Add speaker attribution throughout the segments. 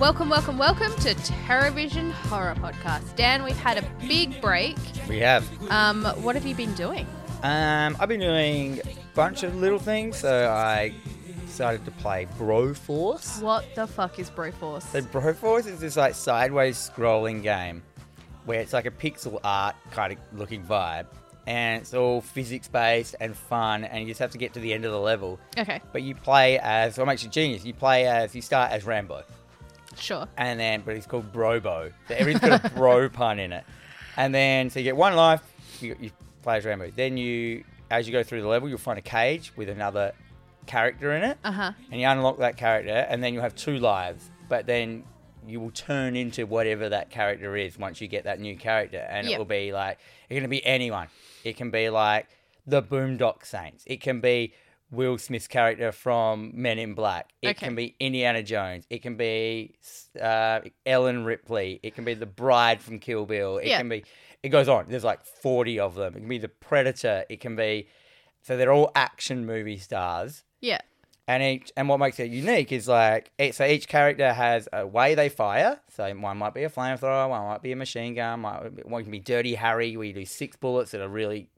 Speaker 1: Welcome, welcome, welcome to Terrorvision Horror Podcast. Dan, we've had a big break.
Speaker 2: We have.
Speaker 1: Um, what have you been doing?
Speaker 2: Um, I've been doing a bunch of little things. So I started to play Broforce.
Speaker 1: What the fuck is Broforce?
Speaker 2: So Broforce is this like sideways scrolling game where it's like a pixel art kind of looking vibe, and it's all physics based and fun, and you just have to get to the end of the level.
Speaker 1: Okay,
Speaker 2: But you play as what makes you genius. You play as you start as Rambo,
Speaker 1: sure.
Speaker 2: and then but it's called Brobo. So everything's got a bro pun in it. And then so you get one life, you, you play as Rambo. Then you, as you go through the level, you'll find a cage with another character in it,
Speaker 1: Uh huh.
Speaker 2: and you unlock that character, and then you'll have two lives. But then you will turn into whatever that character is once you get that new character, and
Speaker 1: Yep.
Speaker 2: it will be like it can be anyone. It can be like the Boondock Saints. It can be Will Smith's character from Men in Black. It
Speaker 1: Okay.
Speaker 2: can be Indiana Jones. It can be uh, Ellen Ripley. It can be the bride from Kill Bill. It
Speaker 1: Yeah.
Speaker 2: can be. It goes on. There's like 40 of them. It can be the Predator. It can be. So they're all action movie stars
Speaker 1: Yeah.
Speaker 2: and each and what makes it unique is like it, so each character has a way they fire. So one might be a flamethrower, one might be a machine gun, might, one can be Dirty Harry, where you do six bullets that are really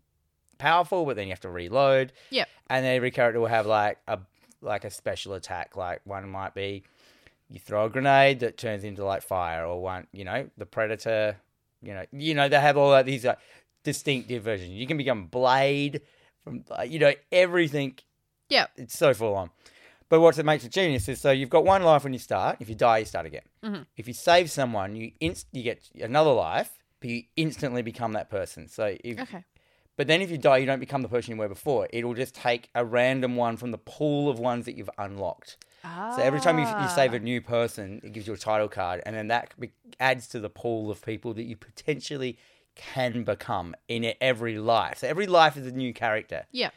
Speaker 2: powerful, but then you have to reload.
Speaker 1: Yep.
Speaker 2: And then every character will have like a like a special attack. Like one might be you throw a grenade that turns into like fire, or one you know the predator. You know, you know they have all that, these like distinctive versions. You can become Blade from like, you know everything
Speaker 1: Yep.
Speaker 2: it's so full on. But what makes it genius is so you've got one life when you start. If you die, you start again.
Speaker 1: Mhm.
Speaker 2: If you save someone, you inst- you get another life, but you instantly become that person. So if
Speaker 1: Okay.
Speaker 2: but then if you die, you don't become the person you were before. It'll just take a random one from the pool of ones that you've unlocked. So every time you,
Speaker 1: Ah.
Speaker 2: you save a new person, it gives you a title card, and then that be- adds to the pool of people that you potentially can become in e, every life. So every life is a new character.
Speaker 1: Yeah.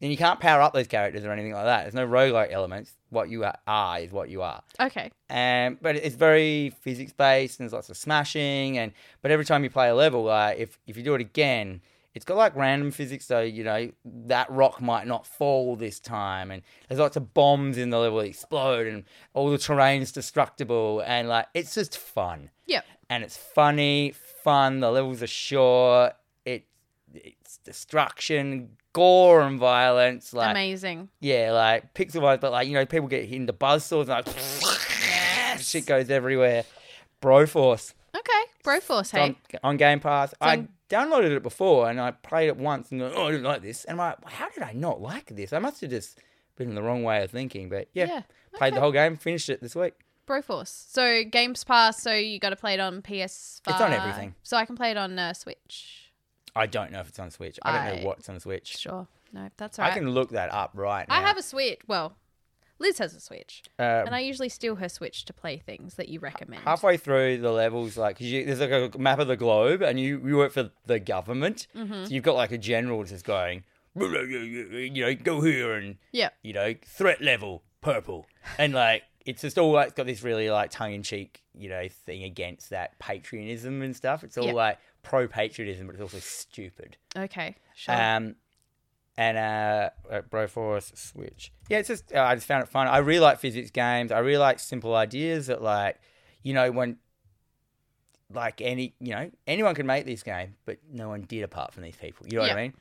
Speaker 2: Then you can't power up those characters or anything like that. There's no roguelike elements. What you are- are is what you are.
Speaker 1: Okay.
Speaker 2: Um, but it's very physics based and there's lots of smashing and but every time you play a level, like if if you do it again, it's got like random physics, so you know, that rock might not fall this time and there's lots of bombs in the level that explode and all the terrain's destructible and like it's just fun.
Speaker 1: Yep.
Speaker 2: And it's funny, fun, the levels are short, it it's destruction, gore and violence, like
Speaker 1: Amazing.
Speaker 2: yeah, like pixel wise, but like you know, people get hit into buzzsaws and like shit goes everywhere. Broforce
Speaker 1: Okay. Broforce.
Speaker 2: on,
Speaker 1: Hey.
Speaker 2: on Game Pass. I
Speaker 1: on-
Speaker 2: downloaded it before and I played it once and oh, I didn't like this. And I'm like, how did I not like this? I must have just been in the wrong way of thinking. But yeah,
Speaker 1: Yeah,
Speaker 2: played
Speaker 1: okay.
Speaker 2: the whole game, finished it this week.
Speaker 1: Broforce. So Games Pass. So you got to play it on PS5.
Speaker 2: It's on everything.
Speaker 1: So I can play it on uh, Switch.
Speaker 2: I don't know if it's on Switch. I don't
Speaker 1: I-
Speaker 2: know what's on Switch.
Speaker 1: Sure. No, that's all
Speaker 2: I
Speaker 1: right.
Speaker 2: can look that up right now.
Speaker 1: I have a Switch. Well, Liz has a Switch,
Speaker 2: Uh,
Speaker 1: and I usually steal her Switch to play things that you recommend.
Speaker 2: halfway through the levels, like 'cause you, there's like a map of the globe, and you, you work for the government,
Speaker 1: Mm-hmm.
Speaker 2: so you've got like a general just going, you know, go here and
Speaker 1: Yeah.
Speaker 2: you know, threat level purple, and like it's just all like it's got this really like tongue in cheek, you know, thing against that patriotism and stuff. It's all
Speaker 1: Yeah.
Speaker 2: like pro patriotism, but it's also stupid.
Speaker 1: Okay. Sure.
Speaker 2: Um, and uh, uh, Broforce Switch. Yeah, it's just uh, I just found it fun. I really like physics games. I really like simple ideas that like, you know, when like any you know anyone can make this game, but no one did apart from these people. You know what I
Speaker 1: Yeah.
Speaker 2: mean?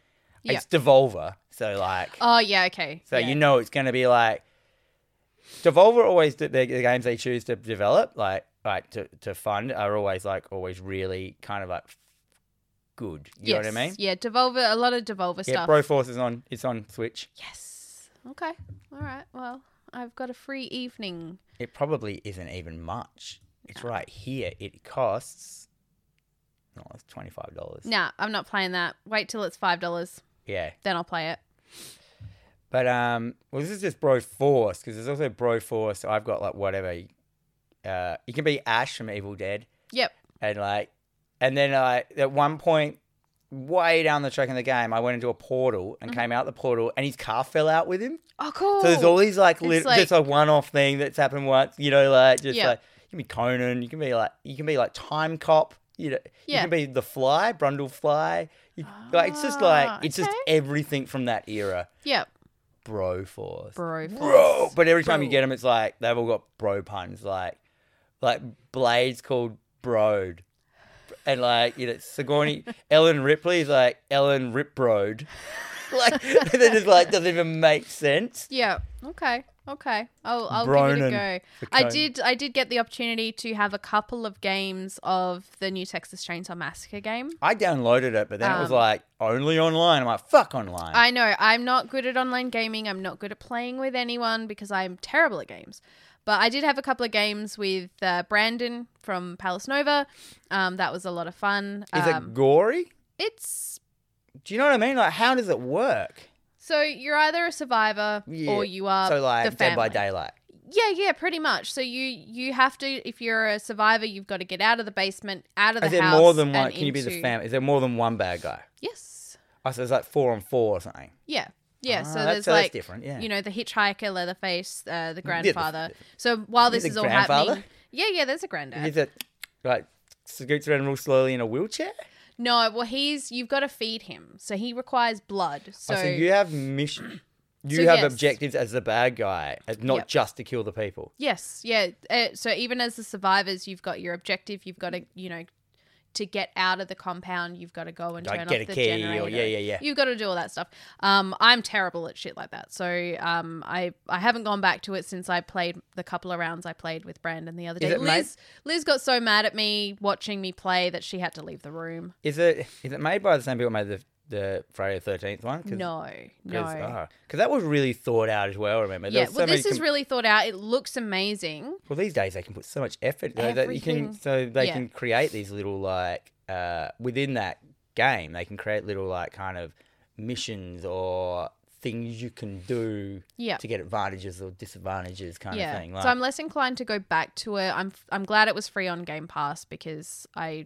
Speaker 1: Yeah.
Speaker 2: It's Devolver, so like,
Speaker 1: oh yeah. Okay.
Speaker 2: so
Speaker 1: Yeah.
Speaker 2: you know it's going to be like Devolver always the, the games they choose to develop, like like to, to fund, are always like always really kind of like good. You know what I
Speaker 1: Yes.
Speaker 2: mean?
Speaker 1: Yeah. Devolver. A lot of Devolver
Speaker 2: Yeah,
Speaker 1: stuff.
Speaker 2: Broforce is on. It's on Switch.
Speaker 1: Yes. Okay. All right. Well, I've got a free evening.
Speaker 2: It probably isn't even much. It's right here. It costs. No, it's twenty five dollars.
Speaker 1: Nah, I'm not playing that. Wait till it's five dollars,
Speaker 2: Yeah,
Speaker 1: then I'll play it.
Speaker 2: but um, well, this is just Broforce because there's also Broforce. I've got like whatever. Uh, you can be Ash from Evil Dead,
Speaker 1: Yep.
Speaker 2: and like, and then like at one point, way down the track in the game, I went into a portal and came out the portal, and his car fell out with him.
Speaker 1: Oh, cool.
Speaker 2: So there's all these like
Speaker 1: It's
Speaker 2: little,
Speaker 1: like-
Speaker 2: just a one-off thing that's happened once, you know, like just
Speaker 1: Yeah.
Speaker 2: like you can be Conan, you can be like you can be like Time Cop, you know,
Speaker 1: Yeah.
Speaker 2: you can be the Fly, Brundle Fly. You, like it's just like
Speaker 1: Ah,
Speaker 2: it's just
Speaker 1: okay.
Speaker 2: everything from that era,
Speaker 1: Yep.
Speaker 2: bro force,
Speaker 1: Bro.
Speaker 2: bro. But every time you
Speaker 1: Bro.
Speaker 2: get them, it's like they've all got bro puns, like like blades called Brode. And like, you know, Sigourney, Ellen Ripley is like Ellen Ripbrode. like, that just like doesn't even make sense.
Speaker 1: Yeah. Okay. Okay. I'll, I'll give it
Speaker 2: Bronin
Speaker 1: a
Speaker 2: for
Speaker 1: go. I
Speaker 2: Cone.
Speaker 1: did. I did get the opportunity to have a couple of games of the new Texas Chainsaw Massacre game.
Speaker 2: I downloaded it, but then it was
Speaker 1: Um,
Speaker 2: like only online. I'm like, fuck online.
Speaker 1: I know I'm not good at online gaming. I'm not good at playing with anyone because I'm terrible at games. But I did have a couple of games with uh, Brandon from Palace Nova. Um, that was a lot of fun.
Speaker 2: is
Speaker 1: Um,
Speaker 2: it gory?
Speaker 1: it's
Speaker 2: Do you know what I mean? Like, how does it work?
Speaker 1: so you're either a survivor
Speaker 2: Yeah.
Speaker 1: or you are
Speaker 2: so like
Speaker 1: the
Speaker 2: Dead by
Speaker 1: family.
Speaker 2: Daylight.
Speaker 1: Yeah, yeah, pretty much. So you you have to if you're a survivor, you've got to get out of the basement, out of the
Speaker 2: Is there
Speaker 1: house.
Speaker 2: more than one?
Speaker 1: and
Speaker 2: Can you be the
Speaker 1: into-
Speaker 2: family? Is there more than one bad guy?
Speaker 1: Yes.
Speaker 2: Oh, so it's like four on four or something.
Speaker 1: Yeah. Yeah,
Speaker 2: Ah,
Speaker 1: so
Speaker 2: that's-
Speaker 1: there's
Speaker 2: so that's
Speaker 1: like
Speaker 2: different, yeah.
Speaker 1: you know the hitchhiker, Leatherface, uh, the
Speaker 2: the-
Speaker 1: grandfather. so while this
Speaker 2: the
Speaker 1: is all
Speaker 2: grandfather?
Speaker 1: happening, yeah, yeah, there's a granddad.
Speaker 2: Is it like scoots around real slowly in a wheelchair?
Speaker 1: No, well he's you've got to feed him, so he requires blood. So,
Speaker 2: Oh, So, so you have mission. You
Speaker 1: So
Speaker 2: have
Speaker 1: yes.
Speaker 2: objectives as the bad guy, as not
Speaker 1: Yep.
Speaker 2: just to kill the people.
Speaker 1: yes, yeah. Uh, so even as the survivors, you've got your objective. You've got to you know to get out of the compound. You've got to go and
Speaker 2: Like,
Speaker 1: turn
Speaker 2: get a
Speaker 1: off the
Speaker 2: key or-
Speaker 1: generator.
Speaker 2: yeah, yeah, yeah.
Speaker 1: You've got to do all that stuff. Um, I'm terrible at shit like that, so um, I I haven't gone back to it since I played the couple of rounds I played with Brandon the other day.
Speaker 2: it made-
Speaker 1: Liz Liz got so mad at me watching me play that she had to leave the room.
Speaker 2: Is it is it made by the same people who made the the Friday the Thirteenth one?
Speaker 1: No, no.
Speaker 2: because that was really thought out as well. Remember, There
Speaker 1: yeah,
Speaker 2: was ah, so
Speaker 1: well,
Speaker 2: many
Speaker 1: this is
Speaker 2: com-
Speaker 1: really thought out. It looks amazing.
Speaker 2: Well, these days they can put so much effort though, that you can,
Speaker 1: Everything.
Speaker 2: so they
Speaker 1: Yeah.
Speaker 2: can create these little like uh, within that game they can create little like kind of missions or things you can do
Speaker 1: Yeah.
Speaker 2: to get advantages or disadvantages kind
Speaker 1: yeah.
Speaker 2: of thing. Like,
Speaker 1: so I'm less inclined to go back to it. I'm I'm glad it was free on Game Pass because I
Speaker 2: you,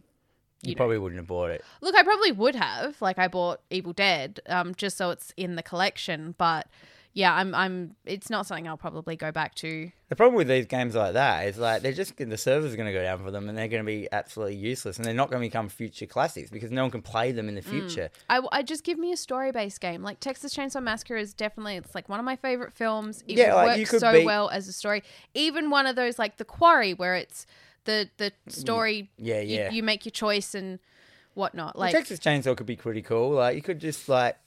Speaker 1: you know.
Speaker 2: probably wouldn't have bought it.
Speaker 1: look I probably would have like I bought Evil Dead um just so it's in the collection, but yeah, I'm I'm it's not something I'll probably go back to.
Speaker 2: The problem with these games like that is like they're just the servers are going to go down for them and they're going to be absolutely useless and they're not going to become future classics because no one can play them in
Speaker 1: Mm.
Speaker 2: the future.
Speaker 1: I, I just give me a story based game like Texas Chainsaw Massacre is definitely it's like one of my favorite films. It
Speaker 2: Yeah,
Speaker 1: works
Speaker 2: like, you could
Speaker 1: so
Speaker 2: be-
Speaker 1: well as a story. Even one of those like The Quarry where it's the the story
Speaker 2: Mm. Yeah,
Speaker 1: you-
Speaker 2: yeah.
Speaker 1: You, make your choice and whatnot. Like
Speaker 2: Texas Chainsaw could be pretty cool. Like you could just like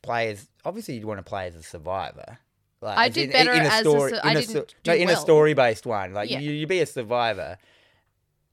Speaker 2: play as obviously you'd want to play as a survivor. Like
Speaker 1: I
Speaker 2: as
Speaker 1: did better as a
Speaker 2: story,
Speaker 1: su- I
Speaker 2: in a
Speaker 1: didn't
Speaker 2: sto-
Speaker 1: do
Speaker 2: no, in a
Speaker 1: well.
Speaker 2: story based one. Like
Speaker 1: Yeah.
Speaker 2: you, you be a survivor.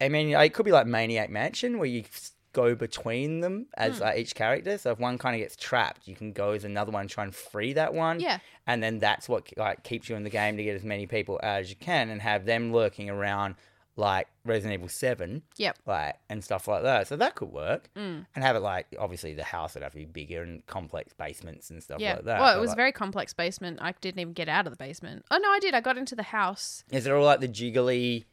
Speaker 2: I mean, like, it could be like Maniac Mansion where you s- go between them as
Speaker 1: Hmm.
Speaker 2: like, each character. So if one kind of gets trapped, you can go as another one and try and free that one.
Speaker 1: Yeah.
Speaker 2: And then that's what like keeps you in the game to get as many people out as you can and have them lurking around like Resident Evil Seven
Speaker 1: Yep.
Speaker 2: like and stuff like that. So that could work,
Speaker 1: Mm.
Speaker 2: and have it like obviously the house would have to be bigger and complex basements and stuff
Speaker 1: Yeah.
Speaker 2: like that.
Speaker 1: well,
Speaker 2: But,
Speaker 1: it was
Speaker 2: like,
Speaker 1: very complex basement. I didn't even get out of the basement. Oh no, I did. I got into the house.
Speaker 2: Is it all like the jiggly?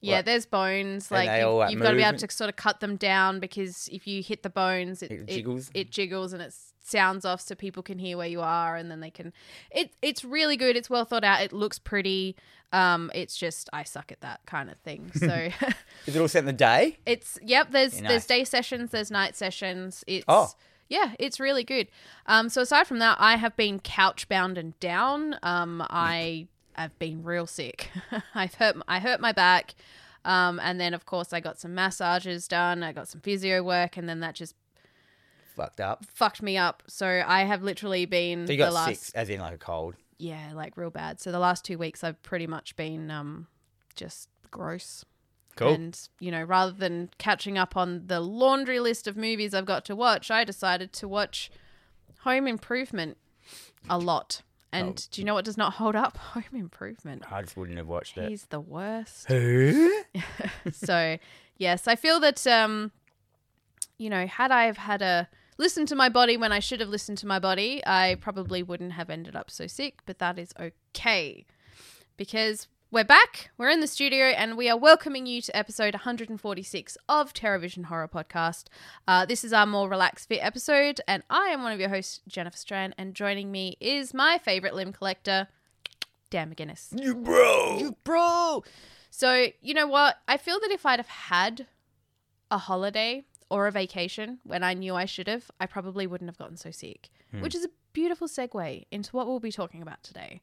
Speaker 1: Yeah,
Speaker 2: Like-
Speaker 1: there's bones.
Speaker 2: And
Speaker 1: Like
Speaker 2: they
Speaker 1: you,
Speaker 2: all, like,
Speaker 1: you've got to be able
Speaker 2: move.
Speaker 1: to sort of cut them down because if you hit the bones, it,
Speaker 2: It
Speaker 1: it
Speaker 2: jiggles.
Speaker 1: jiggles. It, jiggles and it sounds off so people can hear where you are, and then they can. It it's really good. It's well thought out. It looks pretty. Um, it's just I suck at that kind of thing. So
Speaker 2: Is it all set in the day?
Speaker 1: it's yep. There's
Speaker 2: Yeah, nice.
Speaker 1: there's day sessions. There's night sessions. It's
Speaker 2: Oh.
Speaker 1: yeah. It's really good. Um, so aside from that, I have been couch bound and down. Um, I have been real sick. I've hurt I hurt my back. Um, and then of course I got some massages done. I got some physio work, and then that just
Speaker 2: Fucked up.
Speaker 1: fucked me up. So I have literally been
Speaker 2: So you
Speaker 1: the
Speaker 2: got
Speaker 1: last
Speaker 2: six, as in like a cold.
Speaker 1: yeah, like real bad. So the last two weeks I've pretty much been um, just gross.
Speaker 2: Cool.
Speaker 1: And, you know, rather than catching up on the laundry list of movies I've got to watch, I decided to watch Home Improvement a lot. And do you know what does not hold up? Home Improvement.
Speaker 2: I just wouldn't have watched it.
Speaker 1: He's the worst.
Speaker 2: Who?
Speaker 1: so, yes, I feel that, um, you know, had I have had a listened to my body when I should have listened to my body, I probably wouldn't have ended up so sick, but that is okay because we're back, we're in the studio, and we are welcoming you to episode 146 of Terrorvision Horror Podcast. Uh, this is our more relaxed fit episode, and I am one of your hosts, Jennifer Strand, and joining me is my favorite limb collector, Dan McGuinness.
Speaker 2: You bro.
Speaker 1: Bro! So, you know what? I feel that if I'd have had a holiday or a vacation when I knew I should have, I probably wouldn't have gotten so sick, which is a beautiful segue into what we'll be talking about today.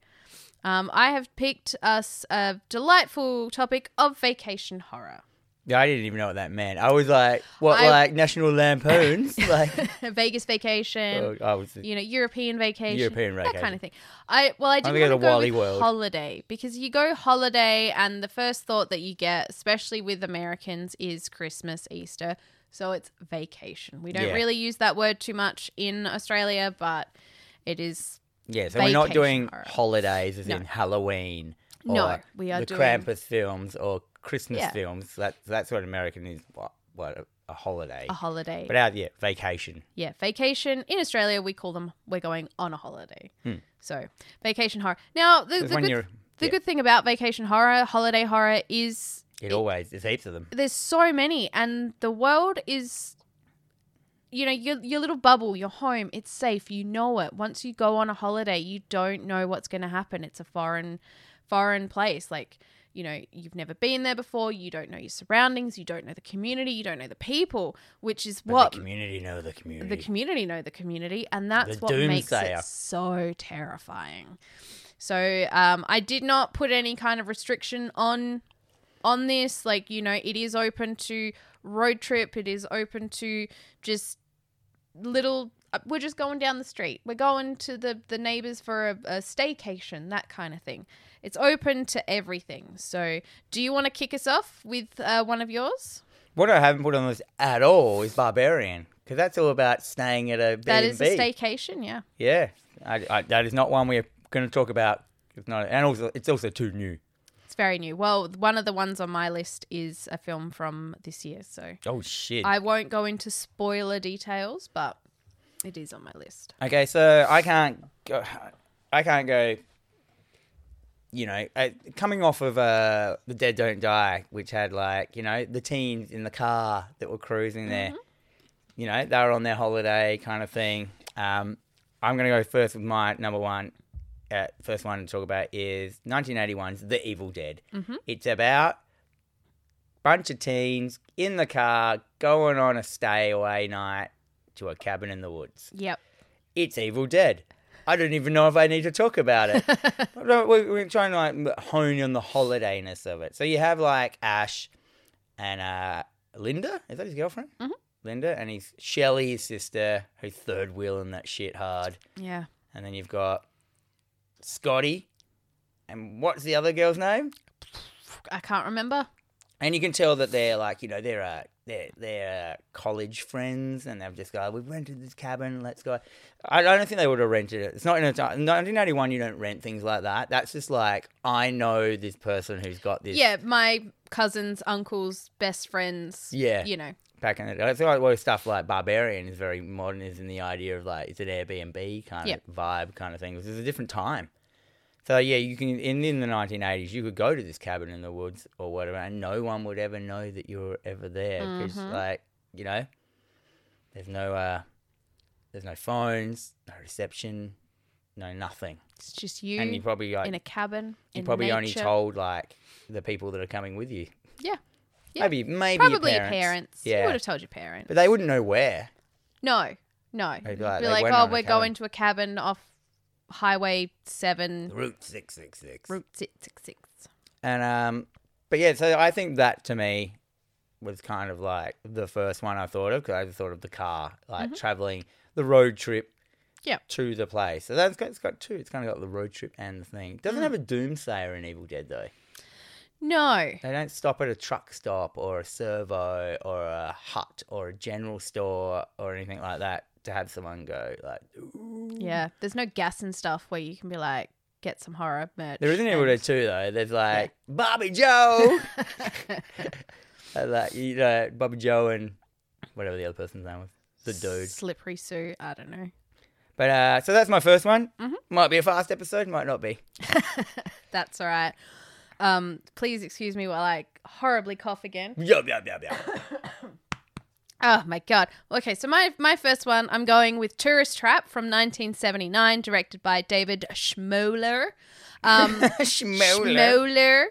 Speaker 1: Um, I have picked us a delightful topic of vacation horror.
Speaker 2: Yeah, I didn't even know what that meant. I was like, what,
Speaker 1: I-
Speaker 2: like National Lampoons? like,
Speaker 1: Vegas vacation,
Speaker 2: oh, I was.
Speaker 1: you know, European vacation,
Speaker 2: European
Speaker 1: that kind
Speaker 2: vacation.
Speaker 1: of thing. I well, I
Speaker 2: gonna
Speaker 1: didn't want to
Speaker 2: go to
Speaker 1: go
Speaker 2: Wally
Speaker 1: with
Speaker 2: World.
Speaker 1: holiday because you go holiday, and the first thought that you get, especially with Americans, is Christmas, Easter. So it's vacation. We don't
Speaker 2: Yeah.
Speaker 1: really use that word too much in Australia, but it is
Speaker 2: Yeah, so we're not
Speaker 1: vacation
Speaker 2: doing
Speaker 1: horror.
Speaker 2: holidays as
Speaker 1: No.
Speaker 2: in Halloween. Or
Speaker 1: No, we are
Speaker 2: the
Speaker 1: doing-
Speaker 2: Krampus films or Christmas
Speaker 1: Yeah.
Speaker 2: films. That, that's what American is. What, what a, a holiday.
Speaker 1: a holiday.
Speaker 2: But out, yeah, vacation.
Speaker 1: Yeah, vacation in Australia we call them we're going on a holiday.
Speaker 2: Hmm.
Speaker 1: So vacation horror. Now the,
Speaker 2: There's
Speaker 1: the,
Speaker 2: one
Speaker 1: good,
Speaker 2: year-
Speaker 1: the
Speaker 2: yeah.
Speaker 1: good thing about vacation horror, holiday horror is
Speaker 2: It, always, there's heaps of them.
Speaker 1: there's so many and the world is you know your your little bubble, your home, it's safe, you know it. Once you go on a holiday, you don't know what's going to happen. It's a foreign foreign place like you know, you've never been there before, you don't know your surroundings, you don't know the community, you don't know the people, which is
Speaker 2: But
Speaker 1: what
Speaker 2: The community know the
Speaker 1: the
Speaker 2: community.
Speaker 1: community know the community and that's
Speaker 2: The
Speaker 1: what makes
Speaker 2: doomsayer.
Speaker 1: it so terrifying so um, i did not put any kind of restriction on on this like you know it is open to road trip it is open to just little uh, we're just going down the street we're going to the the neighbors for a, a staycation that kind of thing it's open to everything so do you want to kick us off with uh, one of yours
Speaker 2: what I haven't put on this at all is Barbarian, because that's all about staying at a B&B.
Speaker 1: that is a staycation yeah
Speaker 2: Yeah, I, I, that is not one we're going to talk about. It's not, and also, it's also too new.
Speaker 1: It's very new. Well, one of the ones on my list is a film from this year, so
Speaker 2: Oh shit.
Speaker 1: I won't go into spoiler details, but it is on my list.
Speaker 2: Okay, so I can't go. I can't go. You know, uh, coming off of uh, the Dead Don't Die, which had like you know the teens in the car that were cruising there. You know, they were on their holiday kind of thing. Um, I'm gonna go first with my number one. Uh, first one to talk about is 1981's The Evil Dead. It's about bunch of teens in the car going on a stay away night to a cabin in the woods
Speaker 1: Yep.
Speaker 2: it's Evil Dead. I don't even know if I need to talk about it. No, we- We're trying to like hone in the holidayness of it. So you have like Ash and uh, Linda. Is that his girlfriend? Mm-hmm. Linda and his Shelley, his sister, who's third wheeling that shit hard.
Speaker 1: Yeah.
Speaker 2: And then you've got Scotty. And what's the other girl's name?
Speaker 1: I can't remember.
Speaker 2: And you can tell that they're like, you know, they're uh, they're they're uh, college friends, and they've just gone. We've rented this cabin. Let's go. I, I don't think they would have rented it. It's not in a time. 1981. You don't rent things like that. That's just like I know this person who's got this.
Speaker 1: Yeah, my cousins, uncles, best friends.
Speaker 2: Yeah.
Speaker 1: You know.
Speaker 2: Back in the day, it's like well, stuff like Barbarian is very modern. Is in the idea of like it's an Airbnb kind
Speaker 1: Yeah.
Speaker 2: of vibe kind of thing. This is a different time. So yeah, you can in, in the 1980s you could go to this cabin in the woods or whatever, and no one would ever know that you were ever there because
Speaker 1: Mm-hmm.
Speaker 2: like you know, there's no uh, there's no phones, no reception, no nothing,
Speaker 1: It's just you,
Speaker 2: and you probably like
Speaker 1: in a cabin.
Speaker 2: you
Speaker 1: in
Speaker 2: probably
Speaker 1: nature.
Speaker 2: only told like the people that are coming with you.
Speaker 1: Yeah. Yeah.
Speaker 2: Maybe maybe
Speaker 1: Probably
Speaker 2: your
Speaker 1: your
Speaker 2: parents.
Speaker 1: parents. You
Speaker 2: Yeah,
Speaker 1: would have told your parents.
Speaker 2: but they wouldn't know where.
Speaker 1: no. No.
Speaker 2: They'd
Speaker 1: You'd
Speaker 2: be like,
Speaker 1: be
Speaker 2: they
Speaker 1: like,
Speaker 2: went
Speaker 1: oh,
Speaker 2: on a
Speaker 1: we're
Speaker 2: cabin."
Speaker 1: going to a cabin off Highway 7,
Speaker 2: Route six six six.
Speaker 1: Route 666.
Speaker 2: And um, but yeah, so I think that to me was kind of like the first one I thought of because I just thought of the car, like traveling the road trip.
Speaker 1: Yeah.
Speaker 2: To the place, so that's got it's got two. It's kind of got the road trip and the thing. Doesn't have a doomsayer in Evil Dead though.
Speaker 1: No.
Speaker 2: They don't stop at a truck stop or a servo or a hut or a general store or anything like that to have someone go like. "Ooh."
Speaker 1: Yeah, there's no gas and stuff where you can be like, get some horror merch.
Speaker 2: There isn't Evil
Speaker 1: and-
Speaker 2: Dead two though. There's like Bobby Joe. And, like you know, Bobby Joe and whatever the other person's name was, the dude.
Speaker 1: Slippery Sue. I don't know.
Speaker 2: But uh, so that's my first one.
Speaker 1: Mm-hmm.
Speaker 2: Might be a fast episode, might not be.
Speaker 1: That's all right. Um, please excuse me while I horribly cough again.
Speaker 2: Yup, yup, yup, yup.
Speaker 1: Oh my god. Okay, so my my first one, I'm going with Tourist Trap from 1979, directed by David Schmoller. Um,
Speaker 2: Schmoller.
Speaker 1: Schmoller.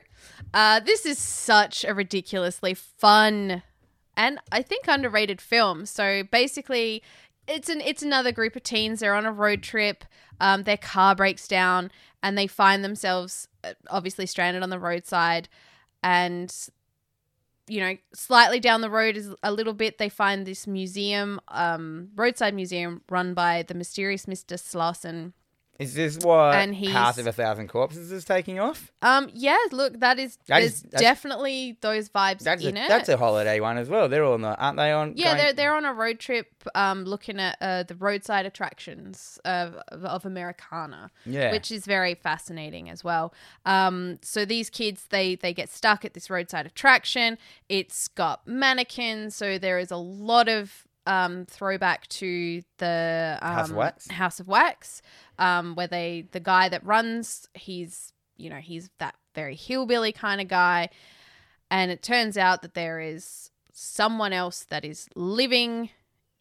Speaker 1: Uh, this is such a ridiculously fun and I think underrated film. So basically, it's an it's another group of teens. They're on a road trip. Um, their car breaks down, and they find themselves uh, obviously stranded on the roadside. And you know, slightly down the road is a little bit. They find this museum, um, roadside museum, run by the mysterious Mister Slauson.
Speaker 2: Is this what
Speaker 1: And
Speaker 2: House
Speaker 1: he's-
Speaker 2: of a Thousand Corpses is taking off?
Speaker 1: Um, yeah, look, that is
Speaker 2: That
Speaker 1: there's
Speaker 2: is- that's-
Speaker 1: definitely those vibes
Speaker 2: That's a,
Speaker 1: in it.
Speaker 2: that's a holiday one as well. They're all on the, aren't they on?
Speaker 1: Yeah,
Speaker 2: going-
Speaker 1: they're they're on a road trip, um, looking at uh, the roadside attractions of of Americana,
Speaker 2: yeah.
Speaker 1: which is very fascinating as well. Um, so these kids they they get stuck at this roadside attraction. It's got mannequins, so there is a lot of um, throwback to the um,
Speaker 2: House of Wax?
Speaker 1: House of Wax, um, where they the guy that runs he's you know he's that very hillbilly kind of guy. And it turns out that there is someone else that is living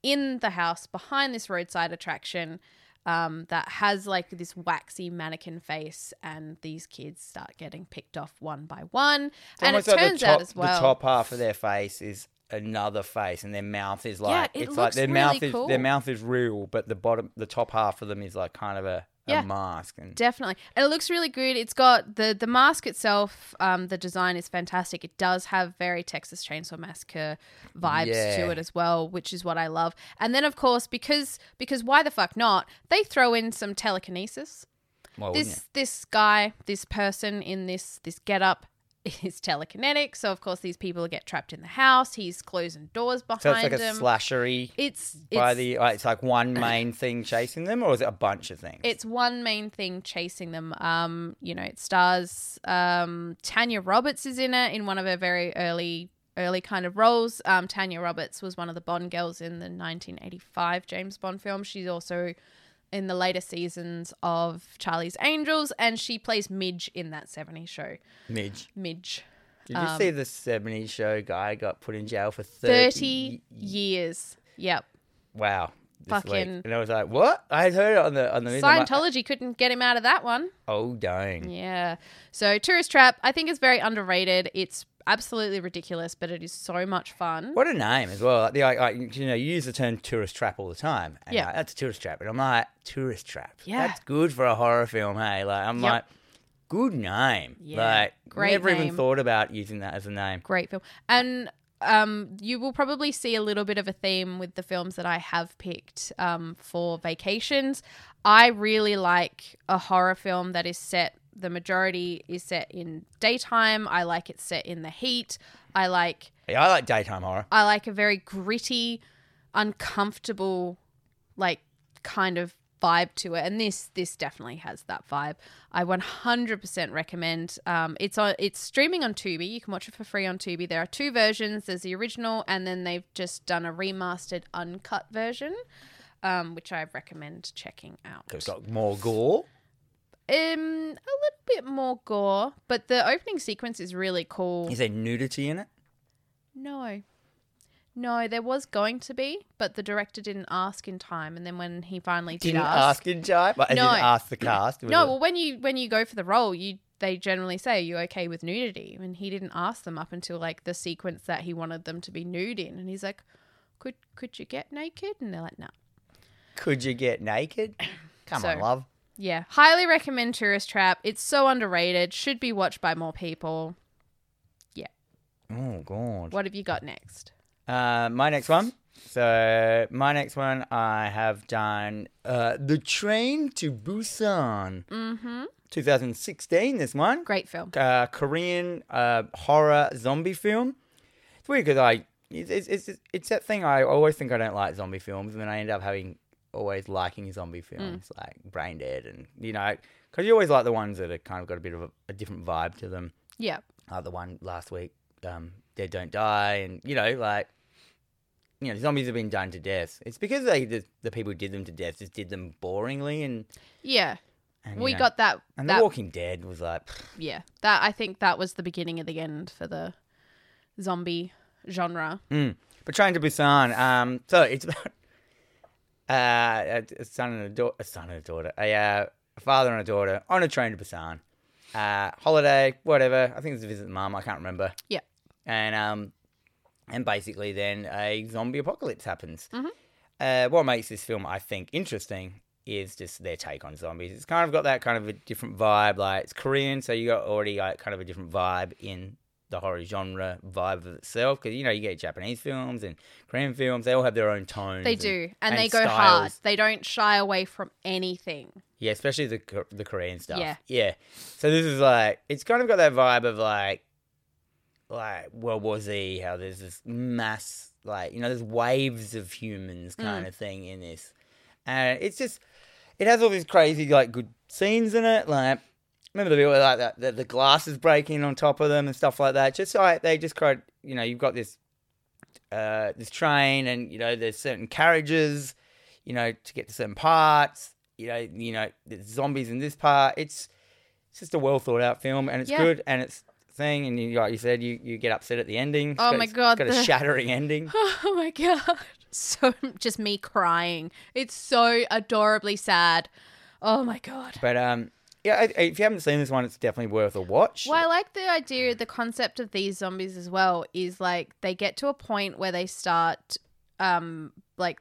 Speaker 1: in the house behind this roadside attraction um, that has like this waxy mannequin face, and these kids start getting picked off one by one.
Speaker 2: It's
Speaker 1: and it
Speaker 2: almost like the
Speaker 1: turns
Speaker 2: top-
Speaker 1: out as well.
Speaker 2: The top half of their face is another face, and their mouth is like
Speaker 1: it
Speaker 2: it's like
Speaker 1: looks
Speaker 2: their
Speaker 1: really
Speaker 2: mouth is
Speaker 1: cool.
Speaker 2: their mouth is real, but the bottom, the top half of them is like kind of a, a
Speaker 1: Yeah.
Speaker 2: mask. And
Speaker 1: Definitely, and it looks really good. It's got the the mask itself. Um, the design is fantastic. It does have very Texas Chainsaw Massacre vibes
Speaker 2: Yeah.
Speaker 1: to it as well, which is what I love. And then, of course, because because why the fuck not? They throw in some telekinesis.
Speaker 2: well, wouldn't
Speaker 1: this this guy, this person in this this getup is telekinetic. So of course, these people get trapped in the house. He's closing doors
Speaker 2: it? so it's like
Speaker 1: behind
Speaker 2: a
Speaker 1: them.
Speaker 2: slashery
Speaker 1: it's
Speaker 2: by
Speaker 1: it's
Speaker 2: the. uh, It's like one main thing chasing them, or is it a bunch of things?
Speaker 1: it's one main thing chasing them. Um, you know, it stars um, Tanya Roberts is in it in one of her very early early kind of roles. Um, Tanya Roberts was one of the Bond girls in the 1985 James Bond film. She's also in the later seasons of Charlie's Angels, and she plays Midge in that 70s show.
Speaker 2: Midge.
Speaker 1: Midge.
Speaker 2: Did
Speaker 1: um,
Speaker 2: you see the '70s show guy got put in jail for
Speaker 1: 30 years. Yep.
Speaker 2: Wow. this week.
Speaker 1: Fucking-
Speaker 2: And I was like, "What?" I had heard it on the on the news. I'm like,
Speaker 1: Scientology couldn't get him out of that one.
Speaker 2: oh dang!
Speaker 1: Yeah. So Tourist Trap, I think is very underrated. It's absolutely ridiculous, but it is so much fun.
Speaker 2: What a name as well. Like, the, I, I, you know, you use the term tourist trap all the time. And
Speaker 1: Yeah.
Speaker 2: like, that's a tourist trap. And I'm like, tourist trap.
Speaker 1: Yeah.
Speaker 2: That's good for a horror film, hey? Like, I'm
Speaker 1: Yep.
Speaker 2: like, good name.
Speaker 1: Yeah.
Speaker 2: Like,
Speaker 1: Great
Speaker 2: never
Speaker 1: name.
Speaker 2: even thought about using that as a name.
Speaker 1: Great film. And um, you will probably see a little bit of a theme with the films that I have picked um, for vacations. I really like a horror film that is set, the majority is set in daytime. I like it set in the heat. I like
Speaker 2: Yeah, I like daytime horror.
Speaker 1: I like a very gritty, uncomfortable, like kind of vibe to it. And this this definitely has that vibe. I 100% recommend. Um, it's on it's streaming on Tubi. You can watch it for free on Tubi. There are two versions. There's the original, and then they've just done a remastered, uncut version. Um, which I recommend checking out.
Speaker 2: It's got more gore.
Speaker 1: Um, a little bit more gore, but the opening sequence is really cool.
Speaker 2: Is there nudity in it?
Speaker 1: No. No, there was going to be, but the director didn't ask in time. And then when he finally did
Speaker 2: Didn't
Speaker 1: ask,
Speaker 2: ask in time. But I
Speaker 1: No.
Speaker 2: didn't ask the cast.
Speaker 1: no, well, when you when you go for the role, you they generally say, "Are you okay with nudity?" And he didn't ask them up until like the sequence that he wanted them to be nude in, and he's like, "Could could you get naked?" And they're like, "No."
Speaker 2: Could you get naked? Come on,
Speaker 1: So-
Speaker 2: love.
Speaker 1: Yeah, highly recommend Tourist Trap. It's so underrated. Should be watched by more people.
Speaker 2: Oh, God.
Speaker 1: What have you got next?
Speaker 2: Uh, my next one. So my next one, I have done uh, the train to Busan,
Speaker 1: Mm-hmm.
Speaker 2: 2016. This one,
Speaker 1: Great film.
Speaker 2: uh, Korean uh, horror zombie film. It's weird because I it's, it's it's it's that thing I always think I don't like zombie films, and then I end up having always liking zombie films like Brain Dead, and you know because you always like the ones that are kind of got a bit of a, a different vibe to them
Speaker 1: Yeah.
Speaker 2: uh, the one last week, um, Dead Don't Die, and you know, like, you know, zombies have been done to death. It's because they the, the people who did them to death just did them boringly, and,
Speaker 1: Yeah.
Speaker 2: and you
Speaker 1: We
Speaker 2: know,
Speaker 1: got that.
Speaker 2: and
Speaker 1: that
Speaker 2: The Walking Dead was like,
Speaker 1: yeah that i think that was the beginning of the end for the zombie genre
Speaker 2: mm. but Train to Busan. Um, so it's about uh, a- a son and a daughter, a son and a daughter, a, uh, a father and a daughter on a train to Busan, uh, holiday, whatever. I think it's a visit to mum. I can't remember.
Speaker 1: yeah Mm-hmm.
Speaker 2: and um, and basically then a zombie apocalypse happens. uh, what makes this film, I think, interesting is just their take on zombies. It's kind of got that kind of a different vibe. Like it's Korean, so you got already like kind of a different vibe in the horror genre vibe of itself. Because you know you get Japanese films and Korean films; they all have their own tones.
Speaker 1: They
Speaker 2: and-
Speaker 1: do, and, they
Speaker 2: and
Speaker 1: go hard.
Speaker 2: styles.
Speaker 1: They don't shy away from anything.
Speaker 2: Yeah, especially the Ko- the Korean stuff.
Speaker 1: Yeah.
Speaker 2: Yeah. So this is like it's kind of got that vibe of like like World War Z, how there's this mass like you know there's waves of humans kind of thing in this, and it's just it has all these crazy like good scenes in it. Like remember the bit where like that the, the glass is breaking on top of them and stuff like that. Just like they just kind of, you know you've got this uh this train and you know there's certain carriages you know, to get to certain parts. You know, you know, there's zombies in this part. It's it's just a well thought out film, and it's
Speaker 1: Yeah.
Speaker 2: good, and it's thing. And you, like you said, you, you get upset at the ending. It's
Speaker 1: Oh
Speaker 2: got-
Speaker 1: my
Speaker 2: it's
Speaker 1: God,
Speaker 2: got
Speaker 1: the-
Speaker 2: a shattering ending.
Speaker 1: Oh my god. So just me crying. It's so adorably sad. Oh my god.
Speaker 2: But um, yeah, I, I- if you haven't seen this one, it's definitely worth a watch.
Speaker 1: Well, I like the idea, the concept of these zombies as well is like they get to a point where they start um like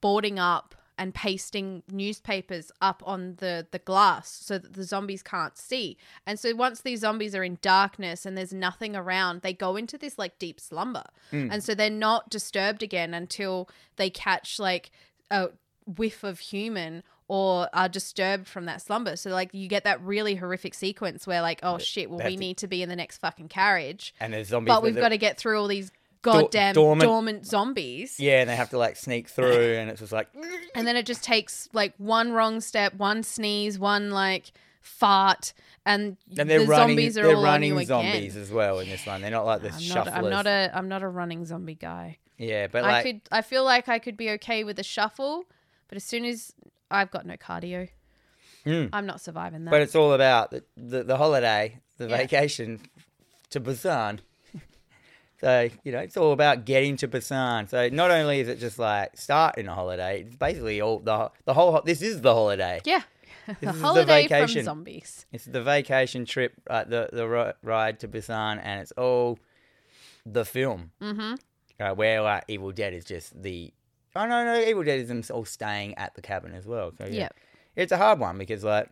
Speaker 1: boarding up and pasting newspapers up on the the glass so that the zombies can't see. And so once these zombies are in darkness and there's nothing around, they go into this like deep slumber.
Speaker 2: Hmm.
Speaker 1: And so they're not disturbed again until they catch like a whiff of human or are disturbed from that slumber. So like you get that really horrific sequence where like oh shit, well
Speaker 2: they
Speaker 1: we
Speaker 2: have to-
Speaker 1: need to be in the next fucking carriage,
Speaker 2: And there's zombies.
Speaker 1: but
Speaker 2: with
Speaker 1: we've
Speaker 2: the-
Speaker 1: got to get through all these goddamn dormant,
Speaker 2: dormant-
Speaker 1: zombies.
Speaker 2: Yeah, and they have to like sneak through, and it's just like
Speaker 1: And then it just takes like one wrong step, one sneeze, one like fart and,
Speaker 2: and they're
Speaker 1: the
Speaker 2: running.
Speaker 1: zombies are
Speaker 2: they're
Speaker 1: all
Speaker 2: running
Speaker 1: on you
Speaker 2: zombies
Speaker 1: again.
Speaker 2: as well in this one. They're not like the
Speaker 1: I'm not,
Speaker 2: shufflers.
Speaker 1: I'm not a I'm not a running zombie guy.
Speaker 2: yeah, but
Speaker 1: I
Speaker 2: like
Speaker 1: could I feel like I could be okay with a shuffle, but as soon as I've got no cardio,
Speaker 2: Mm.
Speaker 1: I'm not surviving that.
Speaker 2: But it's all about the, the, the holiday, the
Speaker 1: Yeah.
Speaker 2: vacation to Busan. so, you know, it's all about getting to Busan. So not only is it just like starting a holiday, it's basically all the the whole ho- this is the holiday.
Speaker 1: yeah.
Speaker 2: This
Speaker 1: The
Speaker 2: is the
Speaker 1: holiday from
Speaker 2: vacation.
Speaker 1: zombies.
Speaker 2: It's the vacation trip, uh, the the ri- ride to Busan and it's all the film. Mhm. Uh, where like Evil Dead is just the Oh no, no, Evil Dead is them all staying at the cabin as well. So, yeah
Speaker 1: Yep.
Speaker 2: it's a hard one because like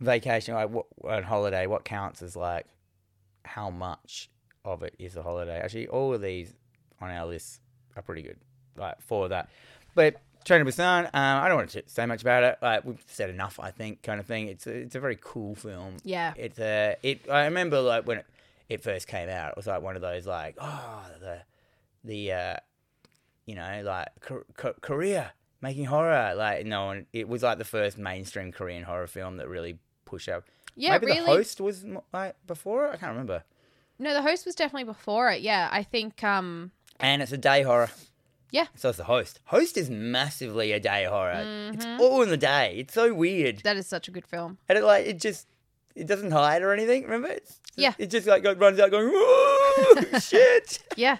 Speaker 2: vacation like what on holiday what counts is like how much of it is a holiday actually all of these on our list are pretty good like for that but Train to Busan um, I don't want to say much about it like we've said enough I think kind of thing it's a, it's a very cool film
Speaker 1: Yeah.
Speaker 2: it's a it I remember like when it, it first came out it was like one of those like oh the the uh you know, like Ko- Ko- Korea making horror. Like no one, it was like the first mainstream Korean horror film that really pushed up.
Speaker 1: Yeah,
Speaker 2: Maybe
Speaker 1: really.
Speaker 2: the host was m- like before it. I can't remember.
Speaker 1: No, the host was definitely before it. Yeah, I think um
Speaker 2: And it's a day horror.
Speaker 1: Yeah.
Speaker 2: So it's the host. Host is massively a day horror. It's
Speaker 1: Mm-hmm.
Speaker 2: all in the day. It's so weird.
Speaker 1: that is such a good film.
Speaker 2: And it like it just it doesn't hide or anything. Remember? It's just,
Speaker 1: Yeah.
Speaker 2: It just like go- runs out going "Whoa, shit.
Speaker 1: Yeah.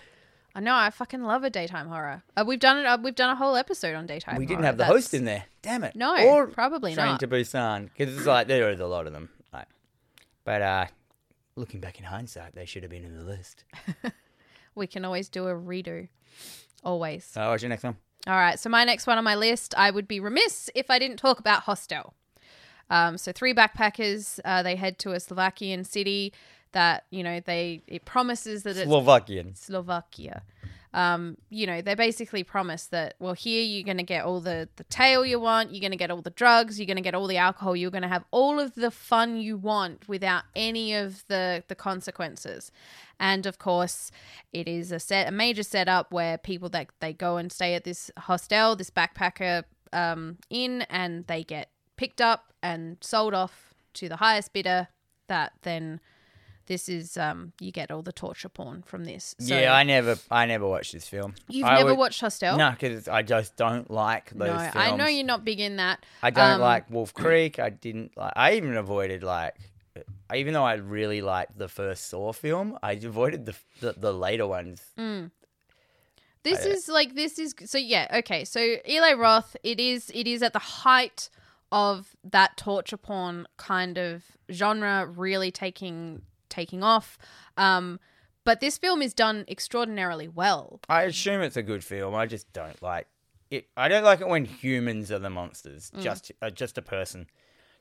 Speaker 1: I know. I fucking love a daytime horror. Uh, we've done it. Uh, we've done a whole episode on daytime.
Speaker 2: We didn't
Speaker 1: horror.
Speaker 2: have the
Speaker 1: That's-
Speaker 2: host in there. Damn it.
Speaker 1: No,
Speaker 2: or
Speaker 1: probably
Speaker 2: Train
Speaker 1: not.
Speaker 2: to Busan because it's like there is a lot of them. Like, but uh, looking back in hindsight, they should have been in the list.
Speaker 1: We can always do a redo. Always.
Speaker 2: So what's your next one?
Speaker 1: All right. So my next one on my list, I would be remiss if I didn't talk about Hostel. Um, so three backpackers, uh, they head to a Slovakian city that you know they it promises that it's
Speaker 2: Slovakian.
Speaker 1: Slovakia. Um, you know, they basically promise that, well, here you're going to get all the, the tail you want, you're going to get all the drugs, you're going to get all the alcohol, you're going to have all of the fun you want without any of the, the consequences. And of course, it is a set a major setup where people that they go and stay at this hostel, this backpacker um, inn, and they get picked up and sold off to the highest bidder that then this is um you get all the torture porn from this. So
Speaker 2: yeah, I never, I never watched this film.
Speaker 1: you've
Speaker 2: I
Speaker 1: never
Speaker 2: would-
Speaker 1: watched Hostel.
Speaker 2: No, because I just don't like those
Speaker 1: No,
Speaker 2: films.
Speaker 1: I know you're not big in that.
Speaker 2: I don't
Speaker 1: um,
Speaker 2: like Wolf Creek. I didn't like. I even avoided like. I- Even though I really liked the first Saw film, I avoided the the, the later ones.
Speaker 1: Mm. This is like this is so yeah okay so Eli Roth it is it is at the height of that torture porn kind of genre really taking taking off, um, but this film is done extraordinarily well.
Speaker 2: I assume it's a good film. I just don't like it. I don't like it when humans are the monsters.
Speaker 1: Mm.
Speaker 2: Just uh, just a person.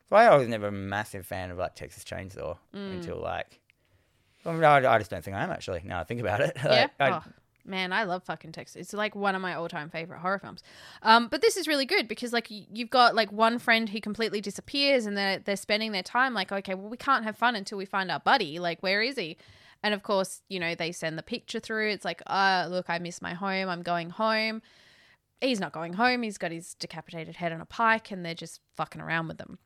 Speaker 2: That's why I was never a massive fan of like Texas Chainsaw
Speaker 1: Mm.
Speaker 2: until like. Well, no, I I just don't think I am actually. Now I think about it.
Speaker 1: Yeah.
Speaker 2: Like, I-
Speaker 1: oh, man, I love fucking Texas. It's like one of my all-time favorite horror films. Um, but this is really good because like y- you've got like one friend who completely disappears, and they're they're spending their time like, okay, well we can't have fun until we find our buddy. Like, where is he? And of course, you know they send the picture through. It's like, ah, look, I miss my home. I'm going home. He's not going home. He's got his decapitated head on a pike, and they're just fucking around with them.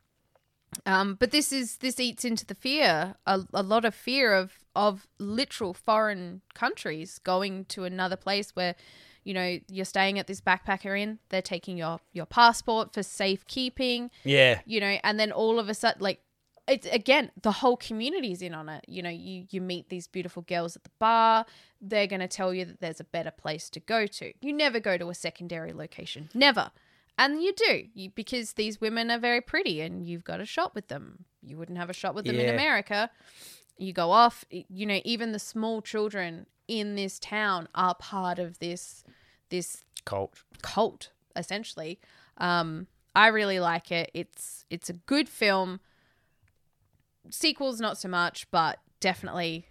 Speaker 1: Um, but this is this eats into the fear a, a lot of fear of of literal foreign countries going to another place where you know you're staying at this backpacker inn they're taking your your passport for safekeeping
Speaker 2: yeah.
Speaker 1: you know and then all of a sudden like it's again the whole community's in on it you know you you meet these beautiful girls at the bar they're going to tell you that there's a better place to go to you never go to a secondary location never and you do you, because these women are very pretty and you've got a shot with them you wouldn't have a shot with them in
Speaker 2: Yeah.
Speaker 1: america you go off y- you know even the small children in this town are part of this this
Speaker 2: Cult.
Speaker 1: cult essentially um i really like it it's it's a good film sequels not so much but definitely